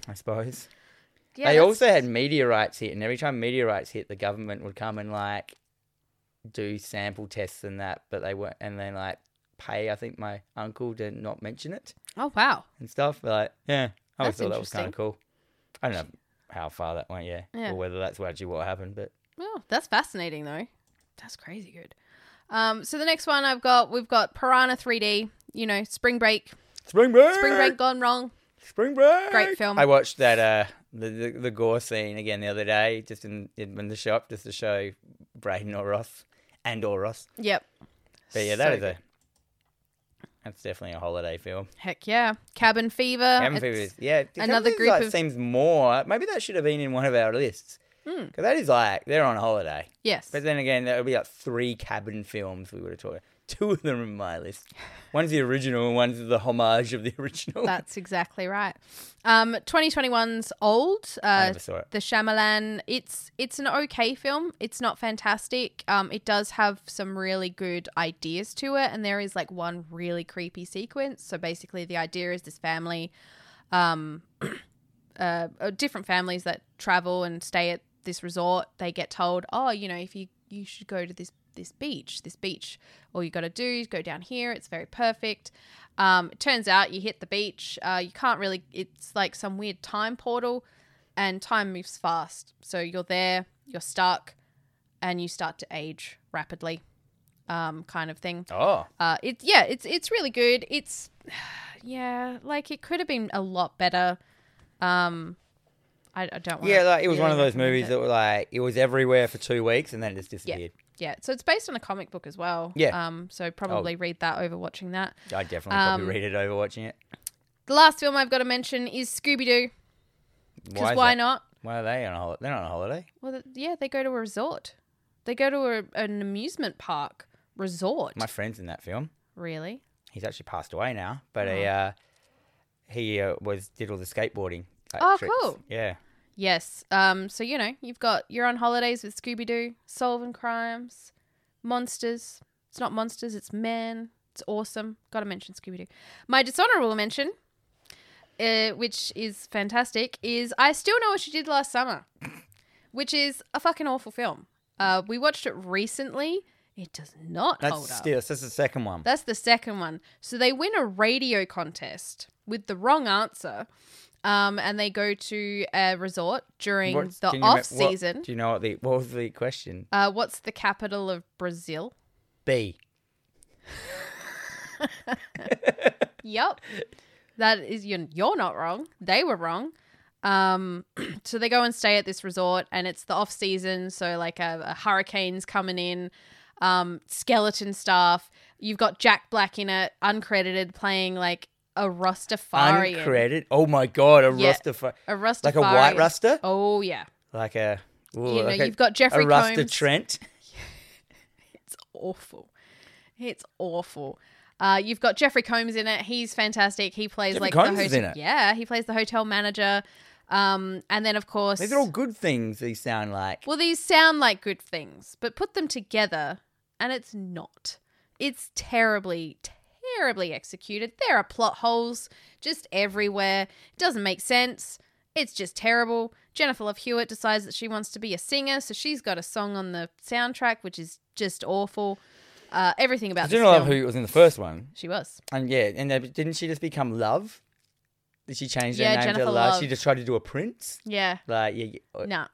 Speaker 2: I suppose
Speaker 1: yeah.
Speaker 2: they
Speaker 1: that's-
Speaker 2: also had meteorites hit, and every time meteorites hit, the government would come and like do sample tests and that, but they weren't, and then like pay. I think my uncle to not mention it
Speaker 1: Oh wow.
Speaker 2: and stuff. But like, yeah, I
Speaker 1: That's
Speaker 2: always thought that was kind of cool. I don't know how far that went, yeah,
Speaker 1: Yeah.
Speaker 2: or whether that's actually what happened. But
Speaker 1: Well, that's fascinating though. That's crazy good. Um, so the next one I've got, we've got Piranha 3D. You know, Spring Break.
Speaker 2: spring break,
Speaker 1: Spring Break gone wrong.
Speaker 2: spring break,
Speaker 1: Great film.
Speaker 2: I watched that uh the, the the gore scene again the other day, just in in, in the shop, just to show Braden or Ross and or Ross.
Speaker 1: Yep.
Speaker 2: But yeah,
Speaker 1: So
Speaker 2: that is
Speaker 1: good.
Speaker 2: a that's definitely a holiday film.
Speaker 1: Heck yeah. Cabin Fever.
Speaker 2: Cabin
Speaker 1: Oh, It's-
Speaker 2: Fever is yeah. it- Cabin
Speaker 1: another
Speaker 2: Fever,
Speaker 1: group
Speaker 2: like,
Speaker 1: of-
Speaker 2: seems more. Maybe that should have been in one of our lists
Speaker 1: Hmm.
Speaker 2: because that is like they're on holiday.
Speaker 1: Yes.
Speaker 2: But then again, there would be like three cabin films we would have talked about. Two of them are in my list. One's the original and one's the homage of the original.
Speaker 1: That's exactly right. Um, 2021's old. Uh,
Speaker 2: I never saw it.
Speaker 1: the Shyamalan. It's it's an okay film. It's not fantastic. Um, it does have some really good ideas to it, and there is like one really creepy sequence. So basically, the idea is this family, um, uh, uh, different families that travel and stay at this resort. They get told, oh, you know, if you you should go to this this beach, this beach. All you got to do is go down here. It's very perfect. Um, it turns out you hit the beach. Uh, you can't really. It's like some weird time portal and time moves fast. So you're there, you're stuck, and you start to age rapidly, um, kind of thing.
Speaker 2: Oh,
Speaker 1: Uh, it yeah, it's it's really good. It's yeah, like it could have been a lot better. Um, I, I don't. wanna
Speaker 2: yeah, like it was one of
Speaker 1: really
Speaker 2: those
Speaker 1: recommend
Speaker 2: movies
Speaker 1: it.
Speaker 2: that were like it was everywhere for two weeks and then it just
Speaker 1: Yeah.
Speaker 2: disappeared.
Speaker 1: Yeah, so it's based on a comic book as well.
Speaker 2: Yeah. Oh.
Speaker 1: Um, so probably read that over watching that.
Speaker 2: I definitely probably
Speaker 1: Um,
Speaker 2: read it over watching it.
Speaker 1: The last film I've got to mention is Scooby Doo. Because
Speaker 2: is
Speaker 1: why
Speaker 2: that-
Speaker 1: not?
Speaker 2: Why are they on a holiday? They're not on a holiday.
Speaker 1: Well, th- yeah, they go to a resort. They go to a, an amusement park resort.
Speaker 2: My friend's in that film.
Speaker 1: really?
Speaker 2: He's actually passed away now, but he
Speaker 1: Uh-huh.
Speaker 2: uh, he uh, was did all the skateboarding. like,
Speaker 1: Oh,
Speaker 2: tricks.
Speaker 1: cool.
Speaker 2: Yeah.
Speaker 1: Yes. Um. So you know, you've got you're on holidays with Scooby Doo, solving crimes, monsters. It's not monsters. It's men. It's awesome. Got to mention Scooby Doo. My dishonorable mention, uh, which is fantastic, is I still know what you did last summer, which is a fucking awful film. Uh, we watched it recently. It does not
Speaker 2: That's
Speaker 1: hold up.
Speaker 2: still that's the second one.
Speaker 1: That's the second one. So they win a radio contest with the wrong answer, um, and they go to a resort during
Speaker 2: What's-
Speaker 1: the
Speaker 2: can you
Speaker 1: off
Speaker 2: remem- what-
Speaker 1: season.
Speaker 2: Do you know what the what was the question?
Speaker 1: uh, what's the capital of Brazil?
Speaker 2: B.
Speaker 1: Yep, that is you're, you're not wrong. They were wrong. Um, so they go and stay at this resort, and it's the off season. So like a, a hurricane's uh, coming in. um, skeleton staff. You've got Jack Black in it, uncredited, playing like a Rastafarian.
Speaker 2: Uncredited. Oh my god, a
Speaker 1: Yeah.
Speaker 2: Rastafari.
Speaker 1: a Rastafarian.
Speaker 2: Like a white Rasta?
Speaker 1: Oh, yeah.
Speaker 2: Like a. Ooh,
Speaker 1: you know,
Speaker 2: like a-
Speaker 1: you've got Jeffrey
Speaker 2: a Rasta
Speaker 1: Combs.
Speaker 2: Trent.
Speaker 1: It's awful. It's awful. Uh, you've got Jeffrey Combs in it. He's fantastic. He plays
Speaker 2: Jeffrey
Speaker 1: like
Speaker 2: Combs
Speaker 1: the
Speaker 2: is
Speaker 1: hotel.
Speaker 2: in it?
Speaker 1: Yeah, he plays the hotel manager. Um, and then of course,
Speaker 2: These are all good things, these sound like.
Speaker 1: well, these sound like good things, but put them together, and it's not. It's terribly, terribly executed. There are plot holes just everywhere. It doesn't make sense. It's just terrible. Jennifer Love Hewitt decides that she wants to be a singer, so she's got a song on the soundtrack, which is just awful. Uh, everything about this
Speaker 2: General Love,
Speaker 1: film-
Speaker 2: who was in the first one,
Speaker 1: she was.
Speaker 2: And yeah, and then- didn't she just become Love? Did she change her
Speaker 1: Yeah,
Speaker 2: name
Speaker 1: Jennifer
Speaker 2: to Love?
Speaker 1: Love.
Speaker 2: She just tried to do a Prince.
Speaker 1: Yeah,
Speaker 2: Like yeah, yeah, uh,
Speaker 1: nah,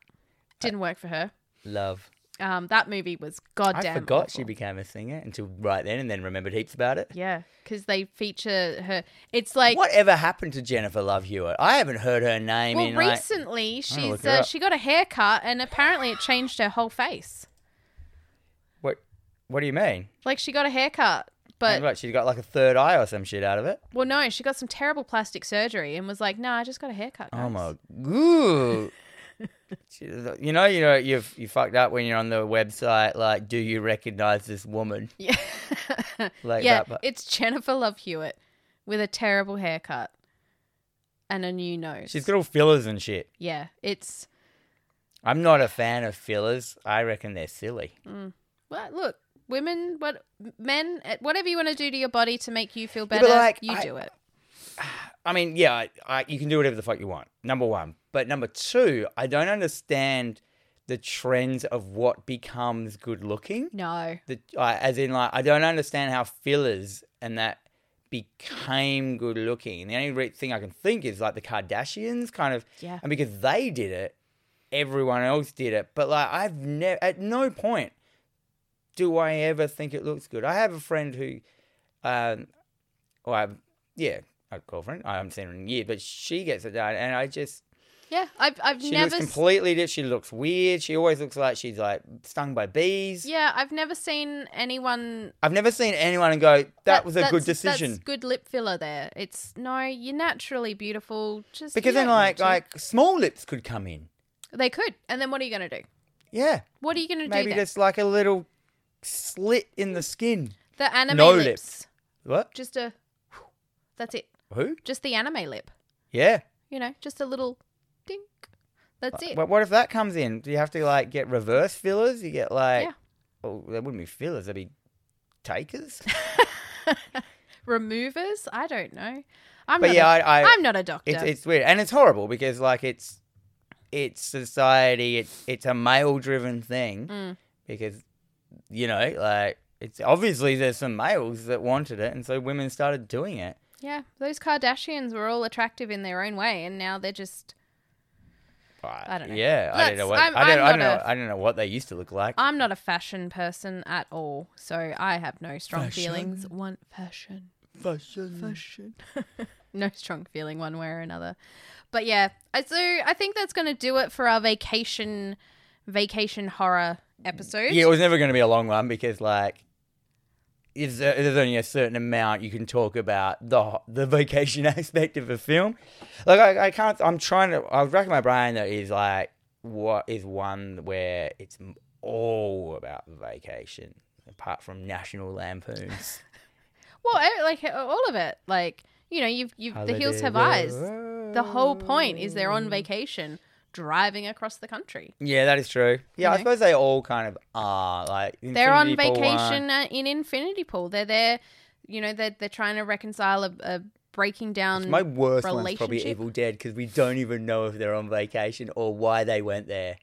Speaker 1: didn't work for her.
Speaker 2: Love.
Speaker 1: Um, that movie was
Speaker 2: I
Speaker 1: goddamn.
Speaker 2: forgot
Speaker 1: awful.
Speaker 2: she became a singer until right then, and then remembered heaps about it.
Speaker 1: Yeah, because they feature her. It's like
Speaker 2: Whatever happened to Jennifer Love Hewitt? I haven't heard her name
Speaker 1: Well,
Speaker 2: in like.
Speaker 1: recently
Speaker 2: look
Speaker 1: she's
Speaker 2: her
Speaker 1: uh,
Speaker 2: up.
Speaker 1: she got a haircut, and apparently it changed her whole face.
Speaker 2: What? What do you mean?
Speaker 1: Like she got a haircut, but
Speaker 2: What, she got like a third eye or some shit out of it.
Speaker 1: well, no, she got some terrible plastic surgery and was like, "No, I just got a haircut."
Speaker 2: Oh
Speaker 1: guys."
Speaker 2: my. Ooh. She- you know, you know, you've you fucked up when you're on the website. Like, do you recognize this woman?
Speaker 1: Yeah,
Speaker 2: Like
Speaker 1: yeah.
Speaker 2: that, but-
Speaker 1: It's Jennifer Love Hewitt with a terrible haircut and a new nose.
Speaker 2: She's got all fillers and shit.
Speaker 1: yeah, it's
Speaker 2: I'm not a fan of fillers. I reckon they're silly.
Speaker 1: well, look, women, what men, eh, whatever you want to do to your body to make you feel
Speaker 2: but,
Speaker 1: better,
Speaker 2: like,
Speaker 1: you
Speaker 2: I-
Speaker 1: do it.
Speaker 2: I mean, yeah, I, I, you can do whatever the fuck you want. Number one, but number two, I don't understand the trends of what becomes good looking.
Speaker 1: No,
Speaker 2: The, uh, as in, like, I don't understand how fillers and that became good looking. And the only re- thing I can think is like the Kardashians, kind of,
Speaker 1: Yeah.
Speaker 2: And because they did it, everyone else did it. But like, I've never, at no point, do I ever think it looks good. I have a friend who, um, well, I, yeah, a girlfriend. I haven't seen her in years, but she gets it done, and I just
Speaker 1: yeah, I've I've
Speaker 2: she
Speaker 1: never.
Speaker 2: looks
Speaker 1: s-
Speaker 2: completely. di- She looks weird. She always looks like she's like stung by bees.
Speaker 1: yeah, I've never seen anyone
Speaker 2: I've never seen anyone and go, that, was a
Speaker 1: that's-
Speaker 2: good
Speaker 1: That's
Speaker 2: decision.
Speaker 1: good lip filler there. It's no, you're naturally beautiful. Just
Speaker 2: Because
Speaker 1: you
Speaker 2: then,
Speaker 1: don't need
Speaker 2: like,
Speaker 1: to.
Speaker 2: like small lips could come in.
Speaker 1: they could, and then what are you gonna do?
Speaker 2: Yeah,
Speaker 1: What are you gonna
Speaker 2: maybe
Speaker 1: do? Then?
Speaker 2: just like a little slit in the skin.
Speaker 1: The anime
Speaker 2: no
Speaker 1: lips.
Speaker 2: lips. What?
Speaker 1: Just a. That's it.
Speaker 2: Who?
Speaker 1: Just the anime lip.
Speaker 2: Yeah.
Speaker 1: You know, just a little dink. That's it.
Speaker 2: What, what if that comes in? Do you have to like get reverse fillers? You get like,
Speaker 1: Yeah.
Speaker 2: oh, that wouldn't be fillers. That'd be takers.
Speaker 1: Removers? I don't know. I'm
Speaker 2: but
Speaker 1: not.
Speaker 2: yeah,
Speaker 1: a,
Speaker 2: I, I
Speaker 1: am not a doctor.
Speaker 2: it's, it's weird and it's horrible because like it's it's society. It's it's a male driven thing
Speaker 1: Mm.
Speaker 2: because you know like it's obviously there's some males that wanted it and so women started doing it.
Speaker 1: yeah, those Kardashians were all attractive in their own way, and now they're just. I don't know.
Speaker 2: Yeah, I don't
Speaker 1: That's-
Speaker 2: know what
Speaker 1: I'm-
Speaker 2: I don't,
Speaker 1: I'm
Speaker 2: I don't
Speaker 1: not
Speaker 2: know
Speaker 1: a-
Speaker 2: I don't know what they used to look like.
Speaker 1: I'm not a fashion person at all, so I have no strong
Speaker 2: Fashion.
Speaker 1: feelings. One fashion. no strong feeling one way or another. But yeah, I- so I think that's going to do it for our vacation vacation horror episode.
Speaker 2: Yeah, it was never going to be a long one because like is there- there's only a certain amount you can talk about the ho- the vacation aspect of a film. Like I, I can't. I'm trying to. I was racking my brain. That is like what is one where it's m- all about vacation apart from National Lampoons.
Speaker 1: Well, eh, like eh, all of it. Like, you know, you've you've the hills have
Speaker 2: Holiday
Speaker 1: eyes. The whole point is they're on vacation driving across the country.
Speaker 2: Yeah, that is true. Yeah, I
Speaker 1: You know?
Speaker 2: suppose they all kind of are like
Speaker 1: They're on
Speaker 2: Infinity Pool one.
Speaker 1: vacation uh, in Infinity Pool. They're there, you know, they're they're trying to reconcile a, a breaking down
Speaker 2: My worst one's probably
Speaker 1: relationship.
Speaker 2: Evil Dead because we don't even know if they're on vacation or why they went there.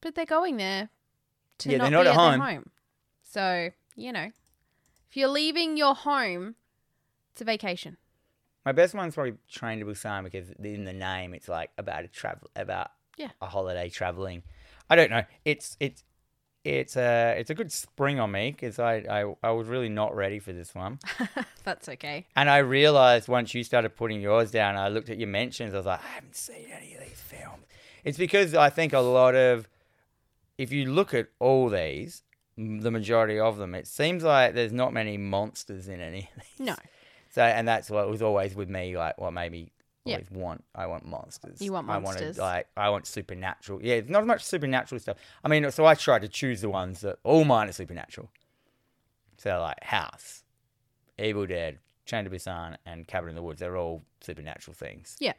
Speaker 1: but they're going there to
Speaker 2: Yeah,
Speaker 1: not
Speaker 2: they're
Speaker 1: be
Speaker 2: not
Speaker 1: at
Speaker 2: at
Speaker 1: home.
Speaker 2: home.
Speaker 1: their home. So you know, if you're leaving your home, it's a vacation.
Speaker 2: My best one's probably Train to Busan because in the name it's like about a travel about
Speaker 1: Yeah.
Speaker 2: a holiday traveling. I don't know. It's it's it's a it's a good spring on me because I, I I was really not ready for this one,
Speaker 1: That's okay.
Speaker 2: and I realized once you started putting yours down, I looked at your mentions. I was like, I haven't seen any of these films. It's because I think a lot of if you look at all these, m- the majority of them. It seems like there's not many monsters in any. of these.
Speaker 1: No.
Speaker 2: So and that's what was always with me. Like what made me
Speaker 1: Yeah.
Speaker 2: always want. I want monsters.
Speaker 1: You want
Speaker 2: I
Speaker 1: monsters.
Speaker 2: wanted like I want supernatural. Yeah, not as much supernatural stuff. I mean, so I tried to choose the ones that all mine are supernatural. So like House, Evil Dead, Chained to Busan, and Cabin in the Woods. They're all supernatural things.
Speaker 1: Yeah.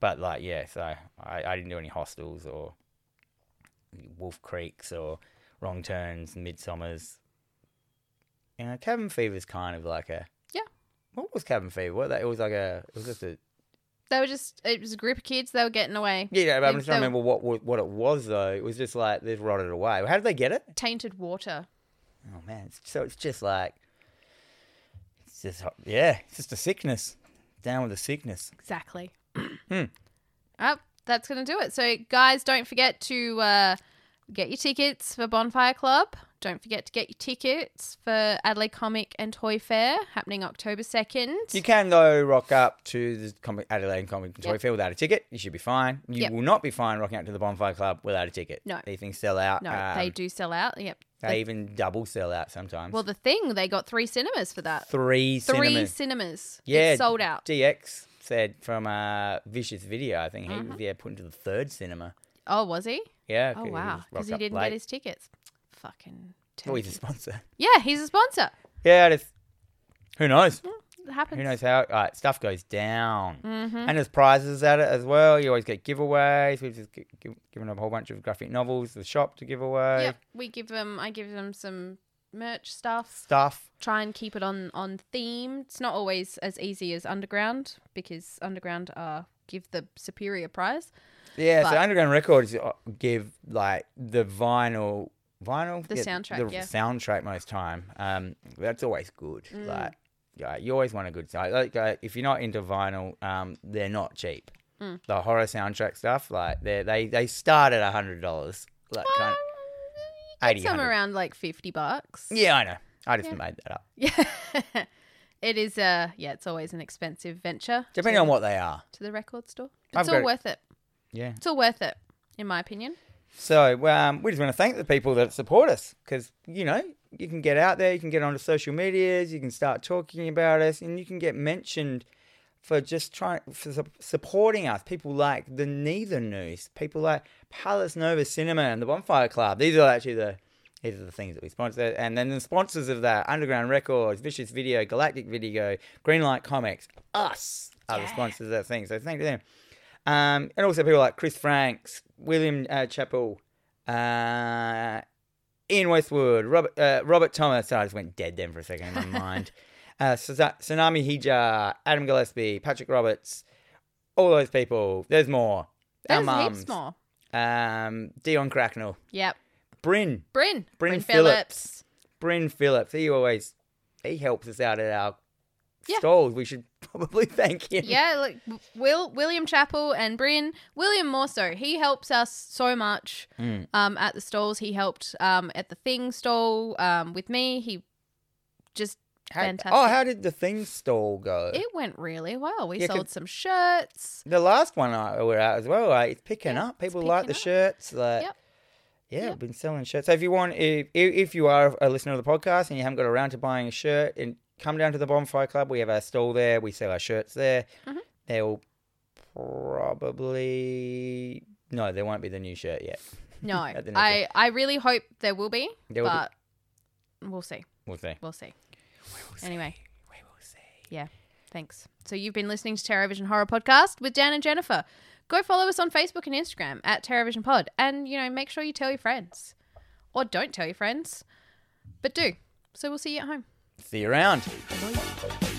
Speaker 2: But like yeah, so I, I didn't do any hostels or Wolf Creeks or Wrong Turns, Midsummers. You know, Cabin Fever's kind of like a
Speaker 1: Yeah.
Speaker 2: What was Cabin Fever? What that it was like a it was just a
Speaker 1: They were just it was a group of kids. They were getting away.
Speaker 2: yeah. yeah, But I'm
Speaker 1: They-
Speaker 2: just trying to
Speaker 1: they-
Speaker 2: remember what wa- what it was though. It was just like they've rotted away. How did they get it?
Speaker 1: Tainted water.
Speaker 2: Oh man, it's, so it's just like it's just ho- yeah, it's just a sickness. Down with the sickness.
Speaker 1: Exactly.
Speaker 2: Hmm.
Speaker 1: Oh, that's gonna do it. So guys, don't forget to uh, get your tickets for Bonfire Club. Don't forget to get your tickets for Adelaide Comic and Toy Fair happening October second.
Speaker 2: You can though rock up to the comic Adelaide Comic Toy
Speaker 1: Yep.
Speaker 2: Fair without a ticket. You should be fine. You
Speaker 1: Yep.
Speaker 2: will not be fine rocking out to the Bonfire Club without a ticket.
Speaker 1: No.
Speaker 2: these things sell out.
Speaker 1: No,
Speaker 2: um,
Speaker 1: they do sell out. Yep.
Speaker 2: They
Speaker 1: They-
Speaker 2: even double sell out sometimes.
Speaker 1: well, the thing they got three cinemas for that.
Speaker 2: three
Speaker 1: Three
Speaker 2: cinemas.
Speaker 1: cinemas.
Speaker 2: Yeah,
Speaker 1: It's sold out.
Speaker 2: DX said from uh, Vicious Video, I think he was yeah put into the third cinema.
Speaker 1: Oh, was he?
Speaker 2: Yeah.
Speaker 1: Uh-huh. Oh
Speaker 2: 'cause he
Speaker 1: wow,
Speaker 2: just rocked
Speaker 1: because he
Speaker 2: up
Speaker 1: didn't
Speaker 2: late.
Speaker 1: get his tickets. Fucking.
Speaker 2: Oh, he's a
Speaker 1: turkeys.
Speaker 2: sponsor.
Speaker 1: Yeah, he's a sponsor.
Speaker 2: Yeah, it is. Who knows?
Speaker 1: It happens.
Speaker 2: Who knows how uh, stuff goes down.
Speaker 1: Mm-hmm.
Speaker 2: And there's prizes at it as well. You always get giveaways. We've just gi- gi- given a whole bunch of graphic novels, the shop to give away,
Speaker 1: Yep, we give them. I give them some merch stuff.
Speaker 2: stuff.
Speaker 1: Try and keep it on on theme. It's not always as easy as underground because underground uh give the superior prize.
Speaker 2: Yeah, so
Speaker 1: But-
Speaker 2: Underground Records uh, give like the vinyl, vinyl,
Speaker 1: The soundtrack,
Speaker 2: the
Speaker 1: yeah.
Speaker 2: soundtrack most time. Um, that's always good.
Speaker 1: Mm.
Speaker 2: Like, yeah, you always want a good sound. Like, uh, if you're not into vinyl, um, they're not cheap.
Speaker 1: Mm.
Speaker 2: The horror soundtrack stuff, like they they they start at hundred dollars, like kind of, eighty.
Speaker 1: Um, Some
Speaker 2: 100.
Speaker 1: around like fifty bucks.
Speaker 2: Yeah, I know. I just
Speaker 1: Yeah.
Speaker 2: made that up.
Speaker 1: Yeah. it is. Uh, yeah, it's always an expensive venture.
Speaker 2: Depending
Speaker 1: to,
Speaker 2: on what they are.
Speaker 1: to the record store,
Speaker 2: I've
Speaker 1: it's all
Speaker 2: got-
Speaker 1: worth it.
Speaker 2: Yeah.
Speaker 1: It's all worth it, in my opinion.
Speaker 2: So um, we just want to thank the people that support us because, you know, you can get out there, you can get onto social medias, you can start talking about us, and you can get mentioned for just trying, for su- supporting us. People like the Neither News, people like Palace Nova Cinema and the Bonfire Club. These are actually the. These are the things that we sponsor. And then the sponsors of that Underground Records, Vicious Video, Galactic Video, Greenlight Comics, us are the sponsors of that thing. So thank them. Um, and also people like Chris Franks, William uh, Chappell, uh, Ian Westwood, Robert, uh, Robert Thomas. Sorry, I just went dead then for a second in my mind. Uh, Sasa- Tsunami Hija, Adam Gillespie, Patrick Roberts, all those people. There's more.
Speaker 1: There's
Speaker 2: Our
Speaker 1: heaps
Speaker 2: mums.
Speaker 1: more.
Speaker 2: Um, Dion Cracknell,
Speaker 1: Yep.
Speaker 2: Bryn,
Speaker 1: Bryn.
Speaker 2: Bryn
Speaker 1: Phillips.
Speaker 2: Bryn Phillips. He always he helps us out at our
Speaker 1: Yeah.
Speaker 2: stalls. We should probably thank him.
Speaker 1: yeah, like Will William Chappell and Bryn. William more so. He helps us so much
Speaker 2: Mm.
Speaker 1: um, at the stalls. He helped um, at the thing stall um, with me. He just
Speaker 2: How-
Speaker 1: fantastic.
Speaker 2: oh, how did the thing stall go?
Speaker 1: it went really well. We
Speaker 2: Yeah, 'cause-
Speaker 1: sold some shirts.
Speaker 2: The last one I we're at as well, like, it's picking
Speaker 1: Yeah,
Speaker 2: up.
Speaker 1: it's
Speaker 2: People like the
Speaker 1: picking up.
Speaker 2: shirts. Like,
Speaker 1: Yep.
Speaker 2: yeah,
Speaker 1: Yep.
Speaker 2: I've been selling shirts. So if you want, if if if you are a listener of the podcast and you haven't got around to buying a shirt, and come down to the Bonfire Club. We have our stall there. We sell our shirts there.
Speaker 1: Mhm.
Speaker 2: They'll probably no, there won't be the new shirt yet.
Speaker 1: No,
Speaker 2: At the next
Speaker 1: I I really hope there will be,
Speaker 2: There will be-
Speaker 1: but we'll see.
Speaker 2: We'll see.
Speaker 1: We'll see.
Speaker 2: see.
Speaker 1: Anyway,
Speaker 2: We will see.
Speaker 1: Thanks. So you've been listening to Terror Vision Horror Podcast with Dan and Jennifer. Go follow us on Facebook and Instagram at Terror Vision Pod, and you know make sure you tell your friends, or don't tell your friends, but do. So we'll see you at home.
Speaker 2: See you around.
Speaker 1: Bye.